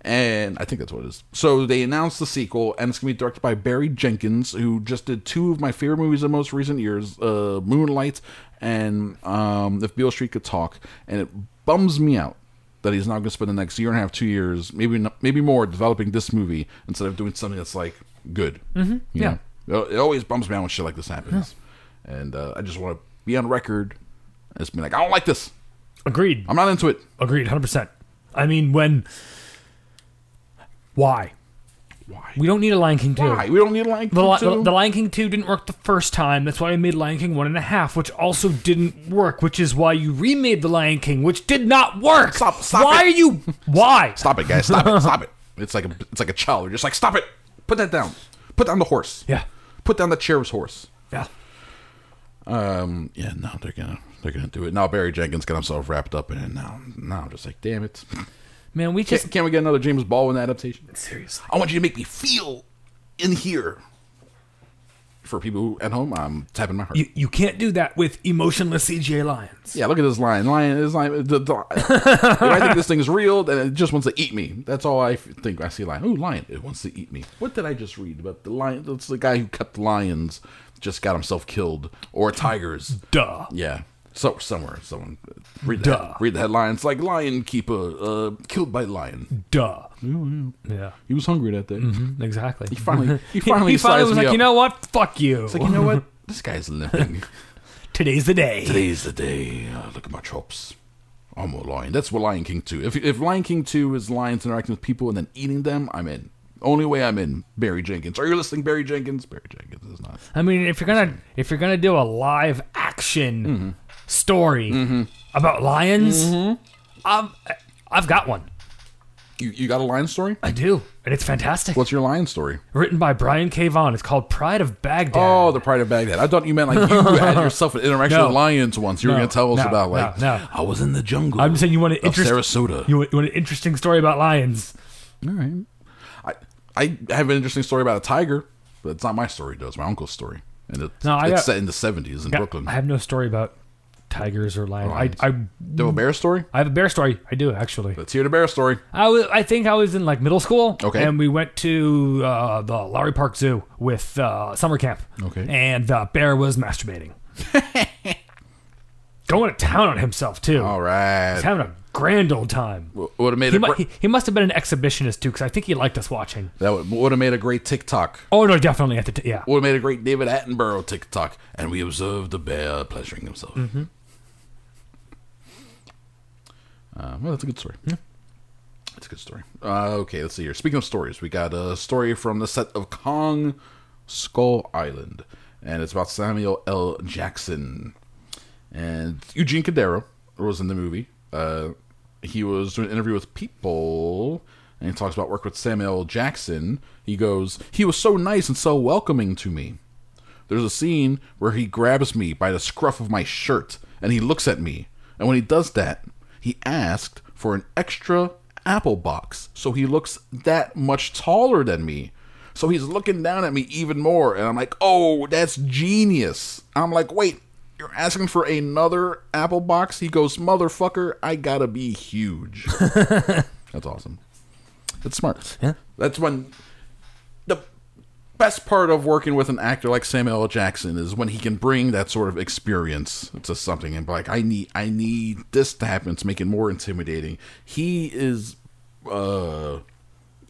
and I think that's what it is. So they announced the sequel, and it's going to be directed by Barry Jenkins, who just did two of my favorite movies in most recent years, uh, Moonlight and um, If Beale Street Could Talk, and it bums me out that he's now going to spend the next year and a half, two years, maybe not, maybe more, developing this movie instead of doing something that's like good. Mm-hmm.
Yeah.
It it always bums me out when shit like this happens, and uh, I just want to be on record as being like, I don't like this.
Agreed.
I'm not into it.
Agreed. Hundred percent. I mean, when? Why?
Why?
We don't need a Lion King two.
Why? We don't need like
The, Li-
two?
the, the Lion King 2 didn't work the first time. That's why I made Lion King 1.5, which also didn't work, which is why you remade The Lion King, which did not work.
Stop- stop
why
it.
are you. Why?
Stop it, guys! Stop
<laughs>
it! Stop it! It's like a it's like a child. You're just like, stop it! Put that down. Put down the horse.
Yeah.
Put down the sheriff's horse.
Yeah.
Um. Yeah. No, they're gonna they're gonna do it now. Barry Jenkins got himself wrapped up in it now. Now I'm just like, damn it!
Man, we
Can,
just.
can we get another James Baldwin adaptation?
Seriously.
I want you to make me feel in here. For people who, at home, I'm tapping my heart.
You, you can't do that with emotionless CGI lions.
yeah, look at this lion. Lion is lion. The, the, if I think this thing is real, then it just wants to eat me. That's all I f- think. I see lion. Ooh, lion! It wants to eat me. What did I just read about the lion? That's the guy who cut the lions, just got himself killed, or tigers.
Duh.
Yeah. So somewhere, someone read the,
Duh.
head- read the headlines like "Lion Keeper uh, killed by lion."
Duh. Yeah.
He was hungry that day.
Mm-hmm. Exactly. <laughs> He
finally- he finally sized
was
me
like,
up.
you know what? Fuck you.
It's like you know what? This guy's limping.
Today's the day.
Today's the day. Uh, look at my chops. I'm a lion. That's what Lion King 2. If, if Lion King 2 is lions interacting with people and then eating them, I'm in. Only way I'm in, Barry Jenkins. Are you listening, Barry Jenkins? Barry Jenkins is not.
I mean, if you're gonna if you're gonna do a live action
Mm-hmm.
story about lions, I've I've got one.
You, you got a lion story?
I do, and it's fantastic.
What's your lion story?
Written by Brian K. Vaughan. It's called Pride of Baghdad.
Oh, the Pride of Baghdad. I thought you meant
<laughs>
like you had yourself an interaction
No.
with lions once. You were
No,
going to tell us
no,
about like,
no, no.
I was in the jungle.
I'm saying you want an
of
interest-
Sarasota.
You, want- you want an interesting story about lions?
All right. I, I have an interesting story about a tiger, but it's not my story, though. It's my uncle's story. And it's,
No, I uh,
it's
got-
set in the 70s in Brooklyn.
I have no story about tigers or lions.
lions.
I, I
Do you have a bear story?
I have a bear story. I do actually.
Let's hear the bear story.
I was, I think I was in like middle school.
Okay.
And we went to uh, the Lowry Park Zoo with uh, summer camp.
Okay.
And the bear
<laughs>
was masturbating. Going to town on himself too.
All
He's
right.
having a grand old time.
Would have made
He,
a
mu-
gr-
he, he must have been an exhibitionist too, because I think he liked us watching.
that would have made a great TikTok.
Oh no, definitely at the t- yeah.
Would have made a great David Attenborough TikTok. And we observed the bear pleasuring himself.
Mm-hmm.
Uh, well, that's a good story. Yeah. That's a good story. Uh, okay, let's see here. Speaking of stories, we got a story from the set of Kong Skull Island, and it's about Samuel L. Jackson. And Eugene Cadero was in the movie. Uh, he was doing an interview with People, and he talks about work with Samuel Jackson. He goes, He was so nice and so welcoming to me. There's a scene where he grabs me by the scruff of my shirt and he looks at me. And when he does that, he asked for an extra apple box. So he looks that much taller than me. So he's looking down at me even more. And I'm like, oh, that's genius. I'm like, wait, You're asking for another apple box? He goes, Motherfucker, I gotta be huge. That's awesome. That's smart.
Yeah.
That's when the best part of working with an actor like Samuel L. Jackson is when he can bring that sort of experience to something and be like, I need I need this to happen to make it more intimidating. He is uh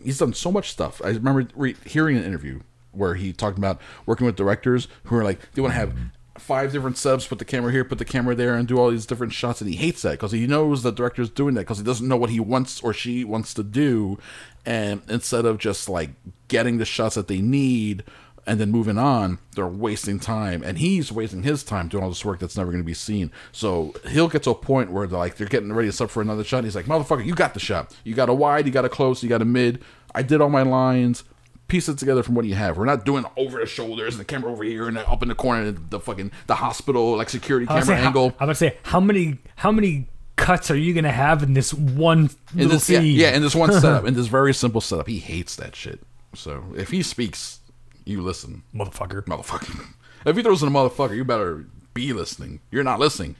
he's done so much stuff. I remember re- hearing an interview where he talked about working with directors who are like, they want to have five different subs, put the camera here, put the camera there, and do all these different shots, and he hates that because he knows the director's doing that because he doesn't know what he wants or she wants to do, and instead of just like getting the shots that they need. And then moving on, they're wasting time, and he's wasting his time doing all this work that's never going to be seen. So he'll get to a point where they're like they're getting ready to sub for another shot. And he's like, "Motherfucker, you got the shot. You got a wide, you got a close, you got a mid. I did all my lines piece it together from what you have. We're not doing over the shoulders and the camera over here and up in the corner and the fucking the hospital like security
I was
camera
gonna say,
angle.
How, I'm about to say how many how many cuts are you gonna have in this one
in
little
this yeah,
scene?
yeah, in this
<laughs>
one setup, in this very simple setup, he hates that shit. So if he speaks, you listen,
motherfucker.
motherfucker. if he throws in a motherfucker, you better be listening. You're not listening.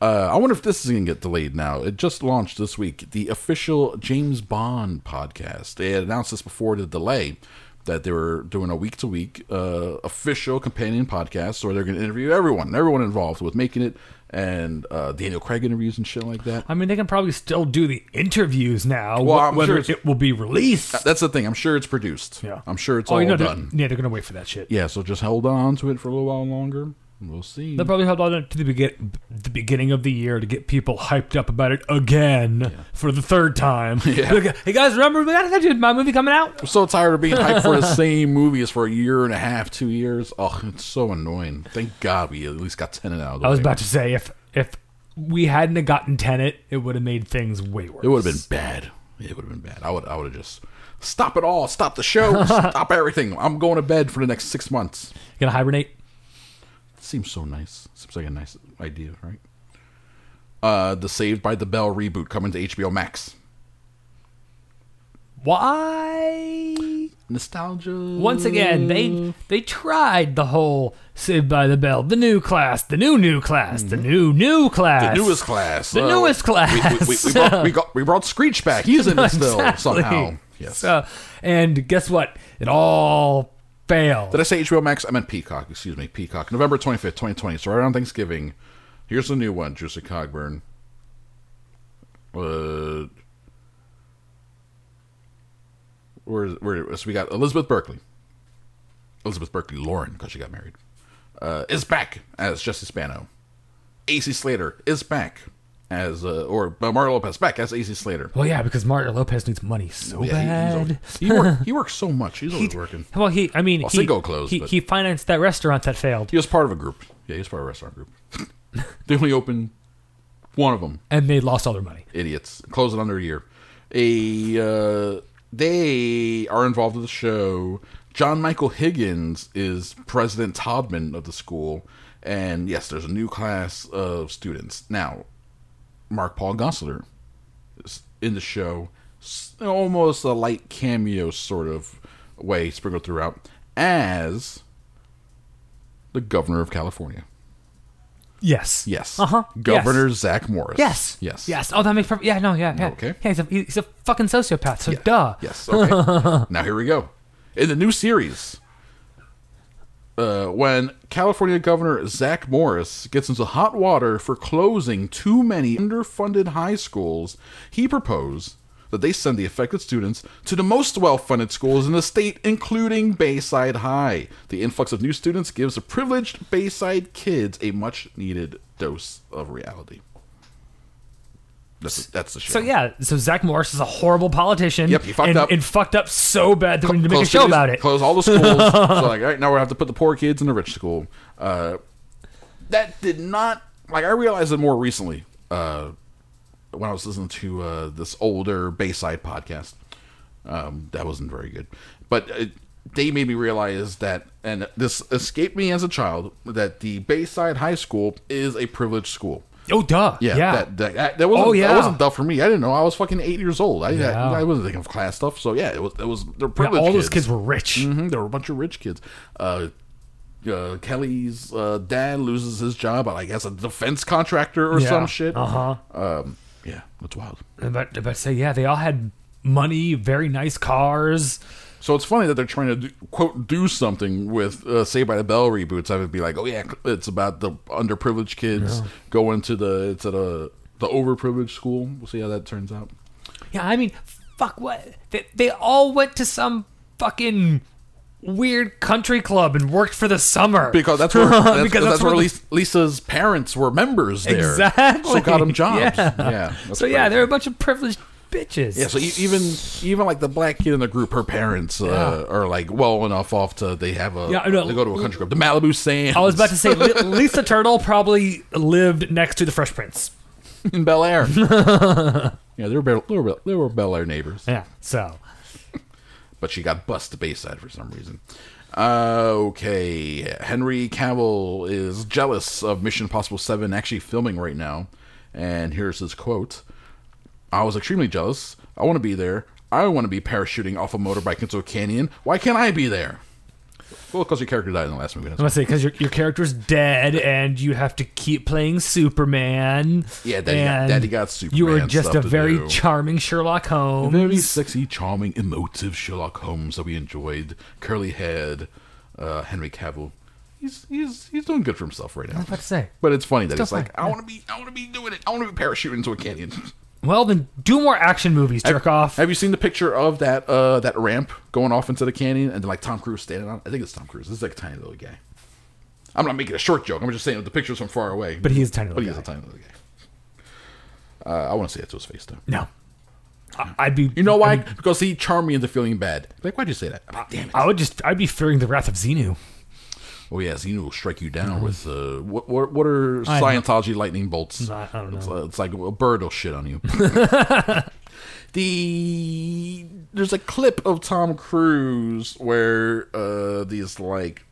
Uh, I wonder if this is going to get delayed now. It just launched this week, the official James Bond podcast. They had announced this before the delay that they were doing a week to week official companion podcast where they're going to interview everyone, everyone involved with making it, and uh, Daniel Craig interviews and shit like that.
I mean, they can probably still do the interviews now.
Well,
wh-
I'm
whether
sure it's-
it will be released.
That's the thing. I'm sure it's produced.
yeah,
I'm sure it's
oh,
all
you know, they're-
done.
Yeah, they're gonna wait for that shit.
Yeah, so just hold on to it for a little while longer. We'll see.
They probably held on to the, begin- the beginning of the year to get people hyped up about it again for the
<laughs>
third time. Like, hey guys, remember we got to my movie coming out?
I'm so tired of being hyped for the same movies for a year and a half, two years. Oh, it's so annoying. Thank God we at least got ten out of the
I was
way.
about to say if if we hadn't have gotten Tenet, it would have made things way worse.
It would have been bad. It would have been bad. I would. I would have just stop it all. Stop the
<laughs>
show. stop everything. I'm going to bed for the next six months.
gonna hibernate.
Seems so nice. Seems like a nice idea, right? Uh, the Saved by the Bell reboot coming to HBO Max.
Why?
Nostalgia.
Once again, they they tried the whole Saved by the Bell, the new class, the new new class, the new
Mm-hmm.
new
The
class,
newest class.
the
Uh,
newest
We, we, we, we,
class.
brought, we, got, we brought Screech back. He's in
<laughs>
it still
Exactly.
somehow.
<laughs>
Yes.
So, Uh, and guess what? It all failed.
Did I say HBO Max? I meant Peacock. Excuse me, Peacock. November 25th, 2020. So right around Thanksgiving. Here's the new one, Juicy Cogburn. Uh, where, is- where, so we got Elizabeth Berkley. Elizabeth Berkley Lauren, because she got married, uh, is back as Jesse Spano. AC Slater is back as, uh, or uh, Mario Lopez back as AC Slater.
well, yeah, because Mario Lopez needs money so
Oh, Yeah, he- he's
bad. <laughs>
always- he, work, he works so much. <laughs> He's always working.
Well, he. I mean,
Well,
he,
Cinco closed,
he,
but-
he financed that restaurant that failed,
He was part of a group. Yeah, he was part of a restaurant group. <laughs> they only opened one of them.
and they lost all their money.
Idiots. Close it under a year. A uh, they are involved with the show. John Michael Higgins is President Todman of the school, and yes, there's a new class of students now. Mark Paul Gosselaar is in the show, s- almost a light cameo sort of way sprinkled throughout as the governor of California.
Yes.
Uh-huh. Yes.
Uh huh.
Governor Zach Morris.
Yes.
Yes.
Yes. Oh, that makes perfect. Yeah. No. Yeah. Yeah.
Okay.
Yeah. He's a, he's a fucking sociopath. So
Yeah.
duh.
Yes. <laughs> Okay. now here we go. In the new series, uh, when California Governor Zach Morris gets into hot water for closing too many underfunded high schools, he proposed that they send the affected students to the most well-funded schools in the state, including Bayside High. The influx of new students gives the privileged Bayside kids a much-needed dose of reality. That's, that's the show.
So yeah, so Zach Morris is a horrible politician.
Yep, he fucked
and,
up.
and fucked up so bad that we need to make a
Close
show
cities,
about it.
Close all the
<laughs>
schools. so like, all right, now we have to put the poor kids in the rich school. Uh, that did not like. I realized it more recently uh, when I was listening to uh, this older Bayside podcast. Um, that wasn't very good, but uh they made me realize that, and this escaped me as a child that the Bayside High School is a privileged school.
Oh duh.
Yeah,
Yeah.
That, that, that, that wasn't
Oh, yeah.
that wasn't tough for me. I didn't know. I was fucking eight years old. I
Yeah.
I, I wasn't thinking of class stuff. So yeah, it was it was they're
Yeah,
privileged. Mm-hmm,
all those kids were rich.
hmm there were a bunch of rich kids. Uh, uh, Kelly's uh, dad loses his job, I guess a defense contractor or
Yeah.
some shit.
Uh-huh.
Um, yeah, that's wild.
But but say yeah, they all had money, very nice cars.
So it's funny that they're trying to do, quote do something with uh, Saved by the Bell reboots. I would be like, oh yeah, it's about the underprivileged kids going to the it's at a the overprivileged school. We'll see how that turns out.
Yeah, I mean, fuck what? They, they all went to some fucking weird country club and worked for the summer.
Because
<laughs>
that's where that's, that's,
Because that's
where
where
Lis- Lisa's parents were members there.
Exactly.
So got them jobs.
Yeah.
Yeah. that's
so yeah,
pretty
they're a
funny.
bunch of privileged bitches.
Yeah, so e- even even like the black kid in the group, her parents uh, are like well enough off to they have a
Yeah, I know.
they go to a country club, the Malibu Sands.
I was about
<laughs>
to say Li- Lisa Turtle probably lived next to the Fresh Prince.
in Bel
<laughs>
Air. yeah, they were Bel- they were Bel- they were Bel Air neighbors.
Yeah. So
but she got bussed to Bayside for some reason. Uh, okay, Henry Cavill is jealous of Mission Impossible 7 actually filming right now, and here's his quote I was extremely jealous. I want to be there. I want to be parachuting off a motorbike into a canyon. Why can't I be there? Well, because your character died in the last movie.
<laughs>
that's
I'm
why.
gonna say because your your character's dead and you have to keep playing Superman.
Yeah, Daddy got-
and
Daddy got
You were
Superman
just
stuff
a
to
very
do.
charming Sherlock Holmes.
Very sexy, charming, emotive Sherlock Holmes that we enjoyed. Curly head, uh, Henry Cavill. He's he's he's doing good for himself right now.
I was about to say.
But it's funny that he's
Still
like, I want to be, I want to be doing it. I want to be parachuting into a canyon. <laughs>
Well, then do more action movies, jerk off.
Have you seen the picture of that uh that ramp going off into the canyon and then like Tom Cruise standing on? it? I think it's Tom Cruise. This is like a tiny little guy. I'm not making a short joke. I'm just saying the picture's from far away.
But he is a tiny
But
little
he is
guy.
a tiny little guy. Uh, I want to say that to his face though.
no, I, I'd be.
You know why? Because he charmed me into feeling bad. Like, why'd you say that? I'm like, Damn it.
I would just. I'd be fearing the wrath of Xenu.
Oh yes, Xenu will strike you down with uh, what, what? What are
I don't-
Scientology lightning bolts?
I don't know.
It's, uh, it's like a bird will shit on
<laughs>
you. the there's a clip of Tom Cruise where uh, these like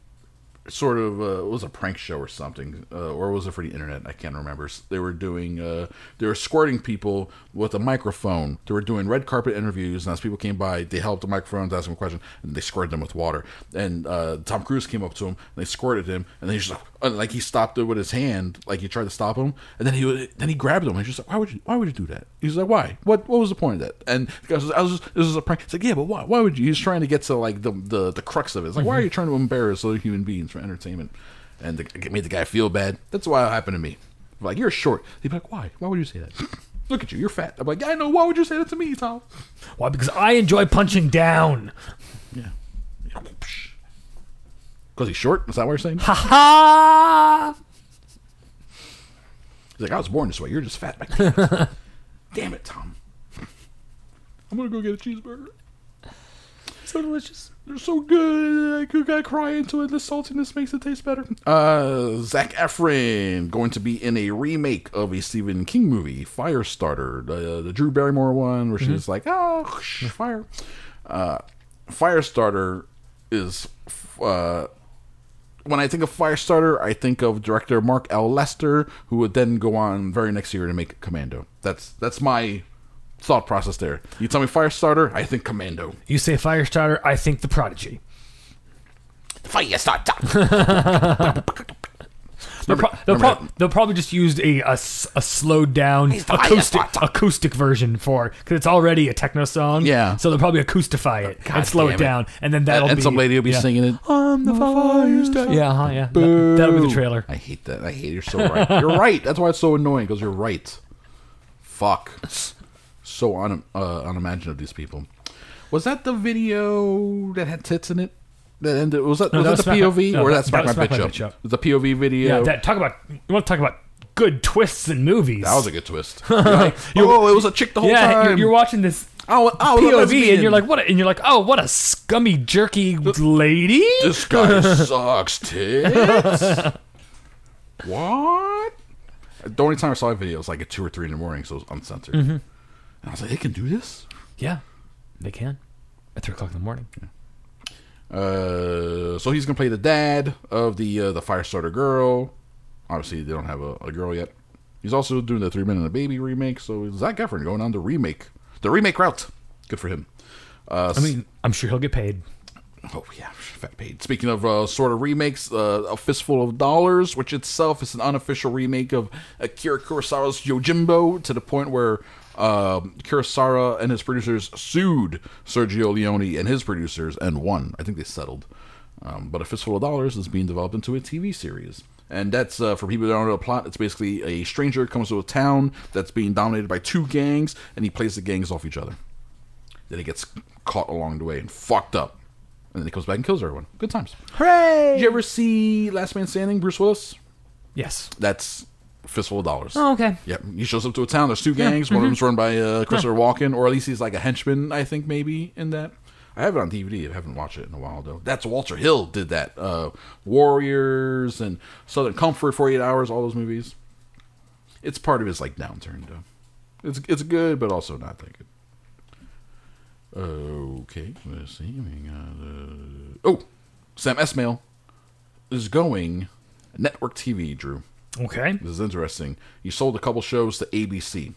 sort of uh, it was a prank show or something, uh, or was it for the internet? I can't remember. S- They were doing uh, they were squirting people with a microphone. They were doing red carpet interviews, and as people came by, they held the microphones, asked them a question, and they squirted them with water. And uh, Tom Cruise came up to him, and they squirted him, and they just like, uh, like he stopped it with his hand, like he tried to stop him, and then he would- then he grabbed him, and he's just like, why would you why would you do that? He's like, why? What what was the point of that? And the guy was, I was just, this is a prank. It's like, yeah, but why? Why would you? He's trying to get to like the the, the crux of it. It's like, why are you trying to embarrass other human beings for entertainment? And the, it made the guy feel bad. That's why it happened to me. I'm like, you're short. He'd be like, why? Why would you say that? <laughs> Look at you, you're fat. I'm like, I know. Why would you say that to me, Tom?
Why? Because I enjoy punching down.
Yeah. Because he's short. Is that what you're <laughs> saying?
Ha ha!
He's like, I was born this way. You're just fat. Like, damn it. <laughs> Damn it, Tom. I'm gonna go get a cheeseburger.
So delicious.
They're so good. I could I cry into it. The saltiness makes it taste better. Uh, Zach Efron going to be in a remake of a Stephen King movie, Firestarter, the, the Drew Barrymore one, where she's like, oh, fire. Uh, Firestarter is. Uh, when I think of Firestarter, I think of director Mark L. Lester, who would then go on very next year to make Commando. That's that's my thought process there. You tell me Firestarter, I think Commando.
You say Firestarter, I think the Prodigy. <laughs>
Firestarter.
They'll, pro- they'll,
remember
pro- they'll probably just used a, a, s- a slowed down acoustic acoustic version for because it's already a techno song.
Yeah.
So they'll probably acoustify it and slow
damn
it,
it.
down, and then that'll
and
be
some lady will be
yeah.
singing it.
on the Firestarter. Yeah, uh-huh, yeah. That, that'll be the trailer.
I hate that. I hate you're so right. You're right. That's why it's so annoying because you're right. Fuck. So un, uh, unimaginative these people. Was that the video that had tits in it? That ended. Was that
No,
was
that
that, the
was Smack My-
POV
no,
or
that-
that
that
smack
was
my
Smack My
bitch
Bitch
up?
Up.
The POV video.
Yeah, that, talk about you want to talk about good twists in movies.
That
<laughs>
was a good twist. You're like, oh, it was a chick the whole
yeah,
time.
You're, you're watching this
Oh, oh, the
POV,
lesbian.
and you're like, what? A, and you're like, oh, what a scummy, jerky
Uh,
lady.
this guy sucks tits. what? The only time I saw that video was like at two or three in the morning, so it was uncensored. And I was like, they can do this.
Yeah, they can at three o'clock in the morning.
Uh, so he's gonna play the dad of the uh, the Firestarter girl. Obviously, they don't have a, a girl yet. He's also doing the Three Men and a Baby remake. So Zach Efron going on the remake, the remake route. Good for him. Uh,
I mean, I'm sure he'll get paid.
Oh yeah, fat paid. Speaking of uh, sort of remakes, uh, a fistful of dollars, which itself is an unofficial remake of Akira Kurosawa's Yojimbo, to the point where um Kurosawa and his producers sued Sergio Leone and his producers and won. I think they settled. Um, but a fistful of dollars is being developed into a TV series. And that's uh, for people that don't know the plot. It's basically a stranger comes to a town that's being dominated by two gangs, and he plays the gangs off each other. Then he gets caught along the way and fucked up. And then he comes back and kills everyone. Good times.
Hooray!
Did you ever see Last Man Standing, Bruce Willis?
Yes.
That's Fistful of Dollars.
Oh, okay.
Yep. He shows up to a town. There's two gangs. One of them's run by uh, Christopher Walken, or at least he's like a henchman, I think, maybe, in that. I have it on DVD. I haven't watched it in a while, though. That's Walter Hill did that. Uh, Warriors and Southern Comfort, 48 Hours, all those movies. It's part of his like downturn, though. It's, it's good, but also not that good. Okay, let's see. We got, uh, oh, Sam Esmail is going network TV, Drew.
Okay.
This is interesting. You sold a couple shows to ABC.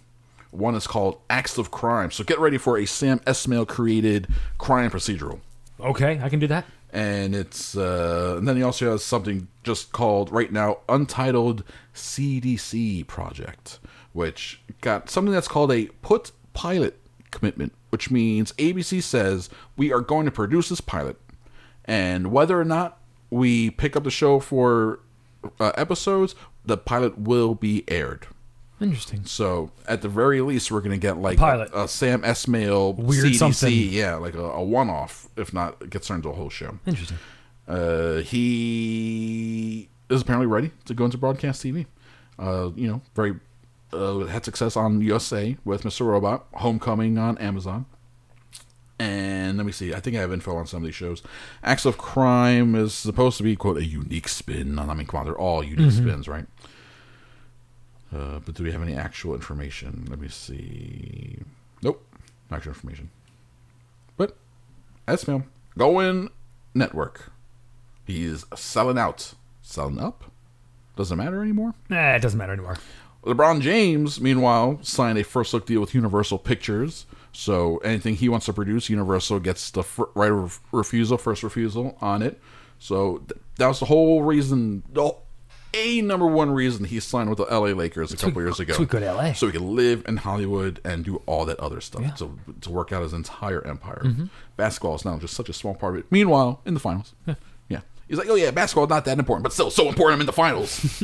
One is called Acts of Crime. So get ready for a Sam Esmail created crime procedural.
Okay, I can do that.
And it's uh, and then he also has something just called right now Untitled CDC Project, which got something that's called a put pilot commitment, which means ABC says we are going to produce this pilot, and whether or not we pick up the show for uh, episodes, the pilot will be aired.
Interesting.
So at the very least, we're gonna get like
Pilot.
a, a Sam Esmail
Weird
CDC,
something.
yeah, like a, a one-off. If not, it gets turned into a whole show.
Interesting.
Uh, he is apparently ready to go into broadcast TV. Uh, you know, very uh, had success on USA with Mr. Robot, Homecoming on Amazon. And let me see. I think I have info on some of these shows. Acts of Crime is supposed to be quote a unique spin. on I mean, come on, they're all unique spins, right? Uh, but do we have any actual information? Let me see. Nope, no actual information. But that's film. Going network. He's selling out. Selling up? Doesn't matter anymore.
Nah, it doesn't matter anymore.
LeBron James, meanwhile, signed a first look deal with Universal Pictures. So anything he wants to produce, Universal gets the fir- right of refusal, first refusal on it. So th- that was the whole reason, the a number one reason he signed with the LA Lakers a couple years ago.
so we go to LA.
So he could live in Hollywood and do all that other stuff. So to work out his entire empire. Basketball is now just such a small part of it. Meanwhile, in the finals. Yeah. He's like, oh yeah, basketball's not that important, but still so important I'm in the finals.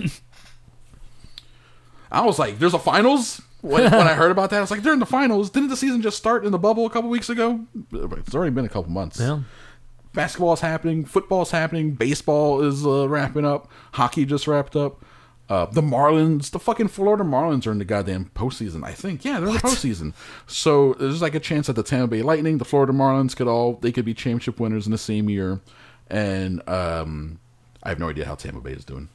I was like, "There's a finals." When, when I heard about that, I was like, "They're in the finals." Didn't the season just start in the bubble a couple weeks ago? It's already been a couple months.
Yeah.
Basketball's happening, football's happening, baseball is uh, wrapping up, hockey just wrapped up. Uh, the Marlins, the fucking Florida Marlins are in the goddamn postseason. I think, yeah, they're in the postseason. So there's like a chance that the Tampa Bay Lightning, the Florida Marlins could all they could be championship winners in the same year. And um, I have no idea how Tampa Bay is doing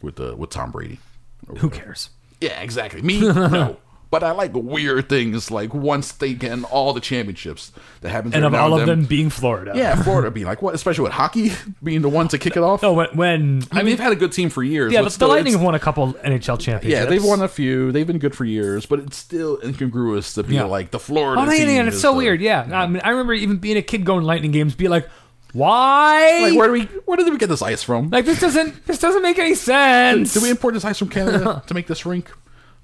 with uh, with Tom Brady. or
Who
whatever.
cares?
Yeah, exactly. Me,
<laughs>
no. But I like weird things like once they get all the championships that happens.
And
every
of
now
all of
then.
them being Florida. <laughs>
yeah, Florida being like what, especially with hockey <laughs> being the one to kick it off.
No, when, when
I mean they've had a good team for years.
yeah,
but
the, the
still,
Lightning have
it's-
won a couple NHL championships.
Yeah, they've won a few. They've been good for years, but it's still incongruous to be
Yeah.
like the Florida.
Oh,
team
Lightning, and it's
is
so
the-
weird. Yeah, I mean, I remember even being a kid going to Lightning games, be like, why?
Like where do we where did we get this ice from?
Like, this doesn't this doesn't make any sense.
Did we import this ice from Canada to make this rink?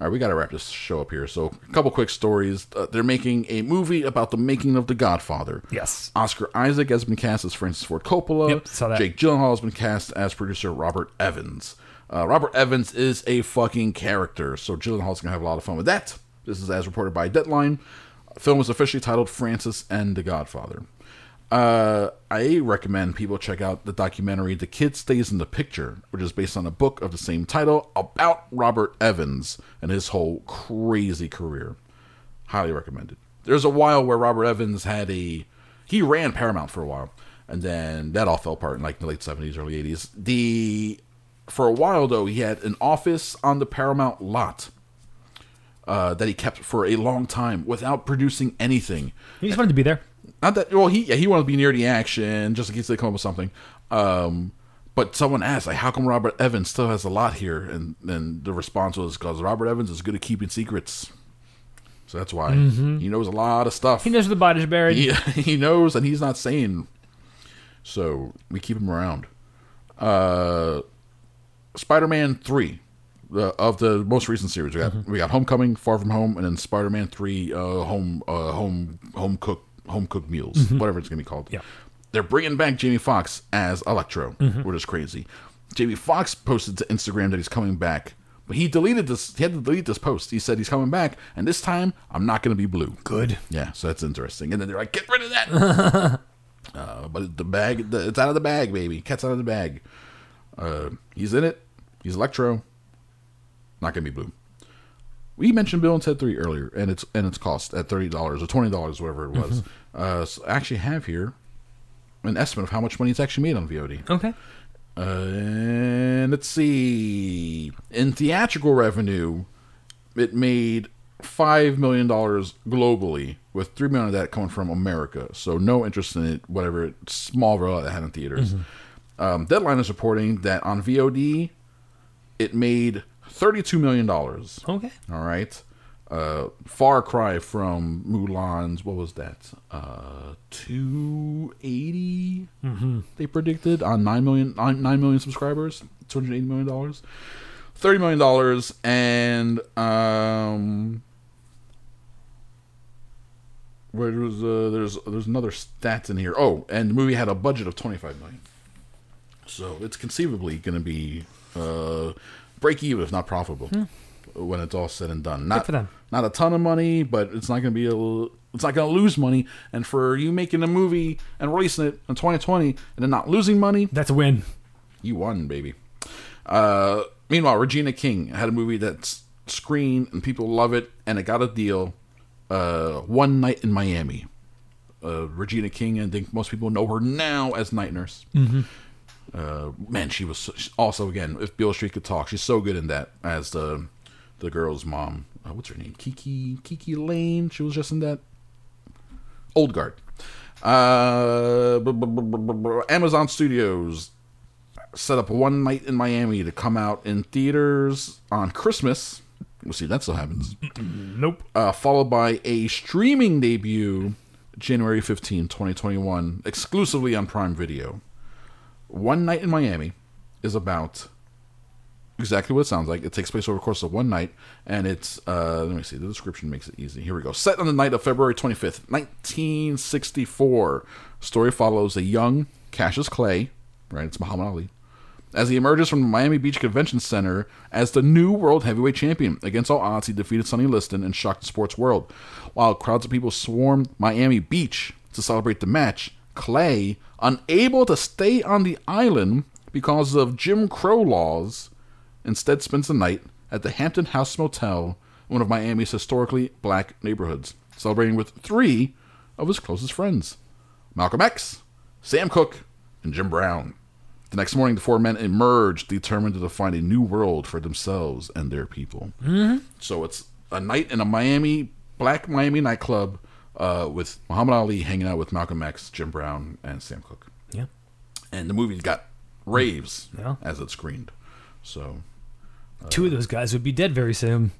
All right, we got to wrap this show up here. So, a couple quick stories. Uh, they're making a movie about the making of The Godfather.
Yes.
Oscar Isaac has been cast as Francis Ford Coppola.
Yep, saw that.
Jake Gyllenhaal has been cast as producer Robert Evans. Uh, Robert Evans is a fucking character, so Gyllenhaal's gonna have a lot of fun with that. This is as reported by Deadline. Film is officially titled Francis and the Godfather. Uh, I recommend people check out the documentary The Kid Stays in the Picture, which is based on a book of the same title about Robert Evans and his whole crazy career highly recommended. There's a while where Robert Evans had a he ran Paramount for a while, and then that all fell apart in like the late seventies, early eighties. The for a while though, he had an office on the Paramount lot uh, that he kept for a long time without producing anything.
He just wanted to be there.
Not that well, he yeah, he wanted to be near the action just in case they come up with something. Um, but someone asked, like, how come Robert Evans still has a lot here? And then the response was because Robert Evans is good at keeping secrets. So that's why Mm-hmm. he knows a lot of stuff.
<laughs> He knows where the body's buried.
He, he knows, and he's not saying. So we keep him around. Uh, Spider-Man three, the, of the most recent series, we got
Mm-hmm.
we got Homecoming, Far From Home, and then Spider-Man three, uh, home uh, home home cook home cooked meals, whatever it's gonna be called.
Mm-hmm. Yeah.
they're bringing back Jamie Fox as Electro,
Mm-hmm.
which is crazy. Jamie Fox posted to Instagram that he's coming back, but he deleted this. He had to delete this post. He said he's coming back, and this time I'm not gonna be blue.
Good.
Yeah, so that's interesting. And then they're like, get rid of that. uh, but the bag, the, it's out of the bag, baby. Cat's out of the bag. Uh, he's in it. He's Electro. Not gonna be blue. We mentioned Bill and Ted Three earlier, and it's and its cost at thirty dollars or twenty dollars, whatever it was. Uh, so I actually have here an estimate of how much money it's actually made on VOD.
Okay.
Uh, and let's see. In theatrical revenue, it made five million dollars globally, with three million of that coming from America. So no interest in it, whatever small rollout it had in theaters. Um, Deadline is reporting that on VOD, it made thirty-two million dollars.
Okay.
All right. Uh, far cry from Mulan's. What was that? Uh, two They predicted on nine million on nine million subscribers, two hundred eighty million dollars, thirty million dollars, and um, where was uh, there's there's another stats in here. Oh, and the movie had a budget of twenty five million. So it's conceivably going to be uh, break even, if not profitable, when it's all said and done. Not
Hmm. for them.
Not a ton of money, but it's not going to be a. l- It's not going to lose money. And for you making a movie and releasing it in 2020 and then not losing money,
That's a win.
you won, baby. Uh, meanwhile, Regina King had a movie that's screened and people love it, and it got a deal. Uh, One Night in Miami. Uh, Regina King, I think most people know her now as Night Nurse. Uh, man, she was so- she- also again. If Beale Street could talk, she's so good in that as the the girl's mom. Uh, what's her name? Kiki Kiki Lane. She was just in that Old Guard. Uh, br- br- br- br- br- br- Amazon Studios set up one night in Miami to come out in theaters on Christmas. We'll see if that still happens.
Nope.
Uh, followed by a streaming debut January 15, 2021, exclusively on Prime Video. One Night in Miami is about exactly what it sounds like. It takes place over the course of one night, and it's uh, let me see. The description makes it easy. Here we go. Set on the night of February 25th, 1964. Story follows a young Cassius Clay, right? It's Muhammad Ali, as he emerges from the Miami Beach Convention Center as the new world heavyweight champion. Against all odds, he defeated Sonny Liston and shocked the sports world. While crowds of people swarmed Miami Beach to celebrate the match, Clay, unable to stay on the island because of Jim Crow laws, instead spends the night at the Hampton House Motel, one of Miami's historically black neighborhoods, celebrating with three of his closest friends Malcolm X, Sam Cooke, and Jim Brown. The next morning, the four men emerge, determined to define a new world for themselves and their people. So it's a night in a Miami, black Miami nightclub uh, with Muhammad Ali hanging out with Malcolm X, Jim Brown, and Sam Cooke
Yeah.
and the movie got raves
Yeah.
as it screened. So
Two of those guys would be dead very soon.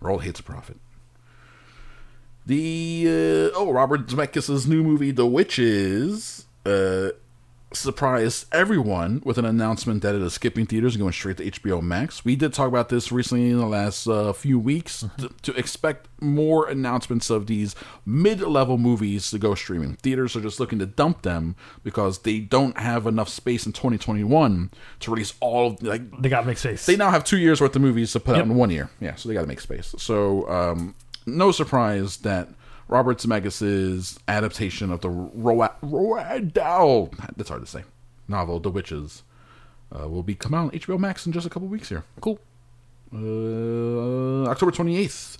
Roll hates a prophet. The uh, oh Robert Zemeckis' new movie The Witches uh, surprised everyone with an announcement that it is skipping theaters and going straight to HBO Max. We did talk about this recently in the last uh, few weeks t- to expect more announcements of these mid-level movies to go streaming. Theaters are just looking to dump them because they don't have enough space in 2021 to release all like
They got mixed face.
they now have two years worth of movies to put out in one year. Yeah, so they got to make space. So um, no surprise that Robert Zemeckis' adaptation of the Roa- Roald Dahl that's hard to say novel The Witches uh, will be coming out on HBO Max in just a couple weeks here. Cool. Uh, October 28th,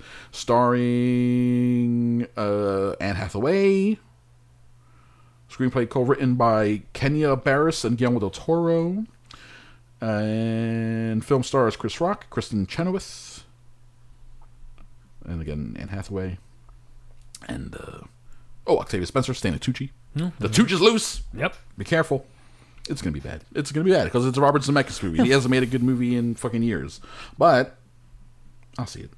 starring uh, Anne Hathaway. Screenplay co-written by Kenya Barris and Guillermo del Toro. Uh, And film stars Chris Rock, Kristen Chenoweth, and again Anne Hathaway, and uh, oh Octavia Spencer, Stanley Tucci. The Tucci's loose.
Yep.
Be careful. It's gonna be bad. It's gonna be bad because it's a Robert Zemeckis movie. He hasn't made a good movie in fucking years. But I'll see it.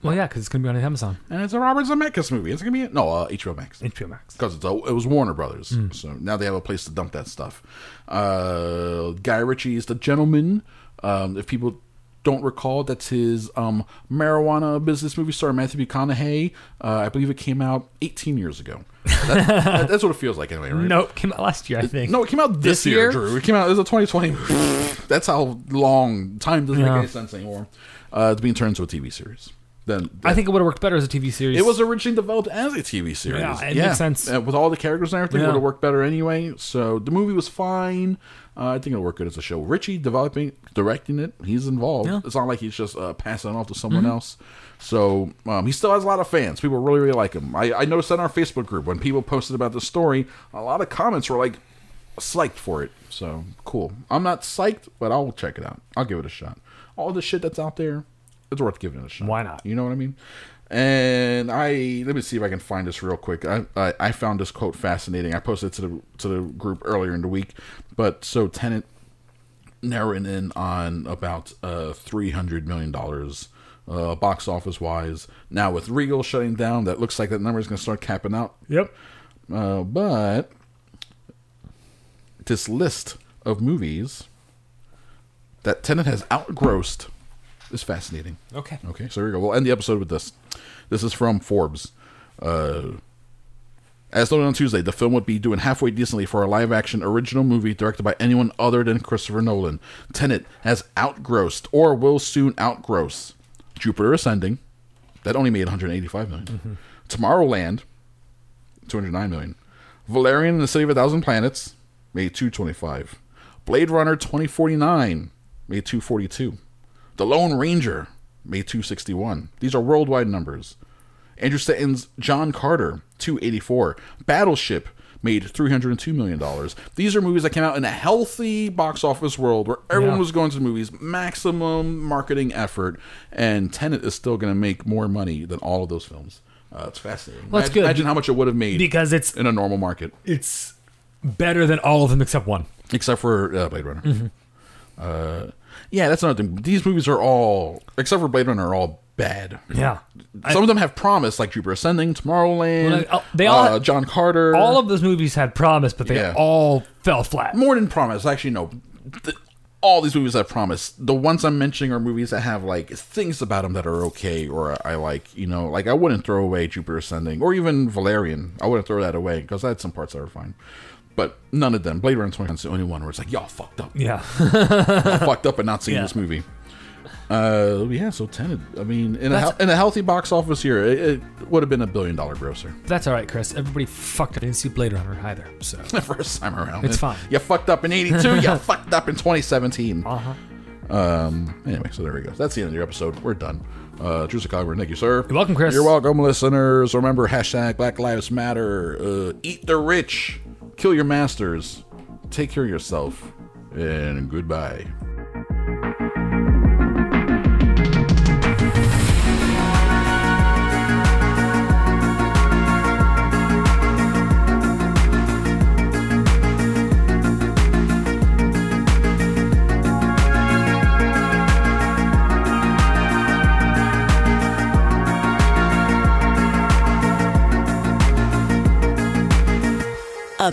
Well, yeah, because it's gonna be on Amazon,
And it's a Robert Zemeckis movie. It's gonna be no uh, HBO Max
HBO Max.
because it's a, it was Warner Brothers.
Hmm.
So now they have a place to dump that stuff. Uh, Guy Ritchie is the gentleman. Um, if people don't recall, that's his um, marijuana business movie star Matthew McConaughey. Uh, I believe it came out 18 years ago. That, that- that's what it feels like anyway, right?
Nope, came out last
<laughs>
year, I think.
No, it came out this,
This
year,
year?
Drew. It came out. It was a 2020 movie. <laughs> That's how long time doesn't
Yeah.
make any sense anymore. Uh, it's being turned into a TV series. Then
I think it would have worked better as a TV series.
it was originally developed as a TV series.
Yeah, it makes sense.
Uh, with all the characters and everything,
Yeah.
it would have worked better anyway. So the movie was fine. Uh, I think it'll work good as a show. Richie developing, directing it, he's involved.
Yeah. Mm-hmm.
It's not like he's just uh, passing it off to someone else. So um, he still has a lot of fans. People really, really like him. I, I noticed that in our Facebook group when people posted about the story, a lot of comments were like psyched for it. So cool. I'm not psyched, but I'll check it out. I'll give it a shot. All the shit that's out there, it's worth giving it a shot.
Why not?
You know what I mean? And I let me see if I can find this real quick. I I, I found this quote fascinating. I posted it to the to the group earlier in the week. But so Tenant narrowing in on about uh, three hundred million dollars. Uh, box office wise, now with Regal shutting down, that looks like that number is going to start capping out.
Yep.
Uh, but this list of movies that Tenant has outgrossed is fascinating.
Okay.
<laughs> Okay, so here we go. We'll end the episode with this. This is from Forbes. Uh, as noted on Tuesday, the film would be doing halfway decently for a live action original movie directed by anyone other than Christopher Nolan. Tenet has outgrossed, or will soon outgross, Jupiter Ascending. That only made 185 million. Tomorrowland, 209 million. Valerian and the City of a Thousand Planets made 225. Blade Runner 2049 made 242. The Lone Ranger made 261. These are worldwide numbers. Andrew Stanton's John Carter 284. Battleship made 302 million dollars. These are movies that came out in a healthy box office world where everyone
Yeah.
was going to the movies, maximum marketing effort, and Tenet is still going to make more money than all of those films. Uh, it's fascinating.
Well, that's
Imag-
good.
Imagine how much it would have made
Because it's
in a normal market,
it's better than all of them except one.
except for uh, Blade Runner.
Mm-hmm.
Uh, yeah, that's another thing. These movies are all, except for Blade Runner, are all bad.
Yeah. I-
Some of them have promise, like Jupiter Ascending, Tomorrowland,
Well, they all-
uh, John Carter.
all of those movies had promise, but they
Yeah.
all fell flat.
more than promise. Actually, no. Th- all these movies have promise. The ones I'm mentioning are movies that have like things about them that are okay or I like. You know, like I wouldn't throw away Jupiter Ascending or even Valerian. I wouldn't throw that away because I had some parts that were fine. But none of them. Blade Runner 20 is the only one where it's like y'all fucked up.
Yeah. <laughs>
Y'all fucked up and not seeing
Yeah.
this movie. Uh, yeah. So Tenet. I mean, in a
That's-
hel- in a healthy box office year, it, it would have been a billion dollar grosser
That's all right, Chris. Everybody fucked up. Didn't see Blade Runner either. So
<laughs> the first time around.
It's
And
fine.
You fucked up in 82,
<laughs>
you fucked up in 2017. Uh-huh. Um, anyway, so there we go. That's the end of your episode. We're done. Uh, Drew Cogburn, thank you, sir.
You're welcome, Chris.
You're welcome, listeners. Remember, hashtag Black Lives Matter. Uh, eat the rich. Kill your masters. Take care of yourself. And goodbye.
A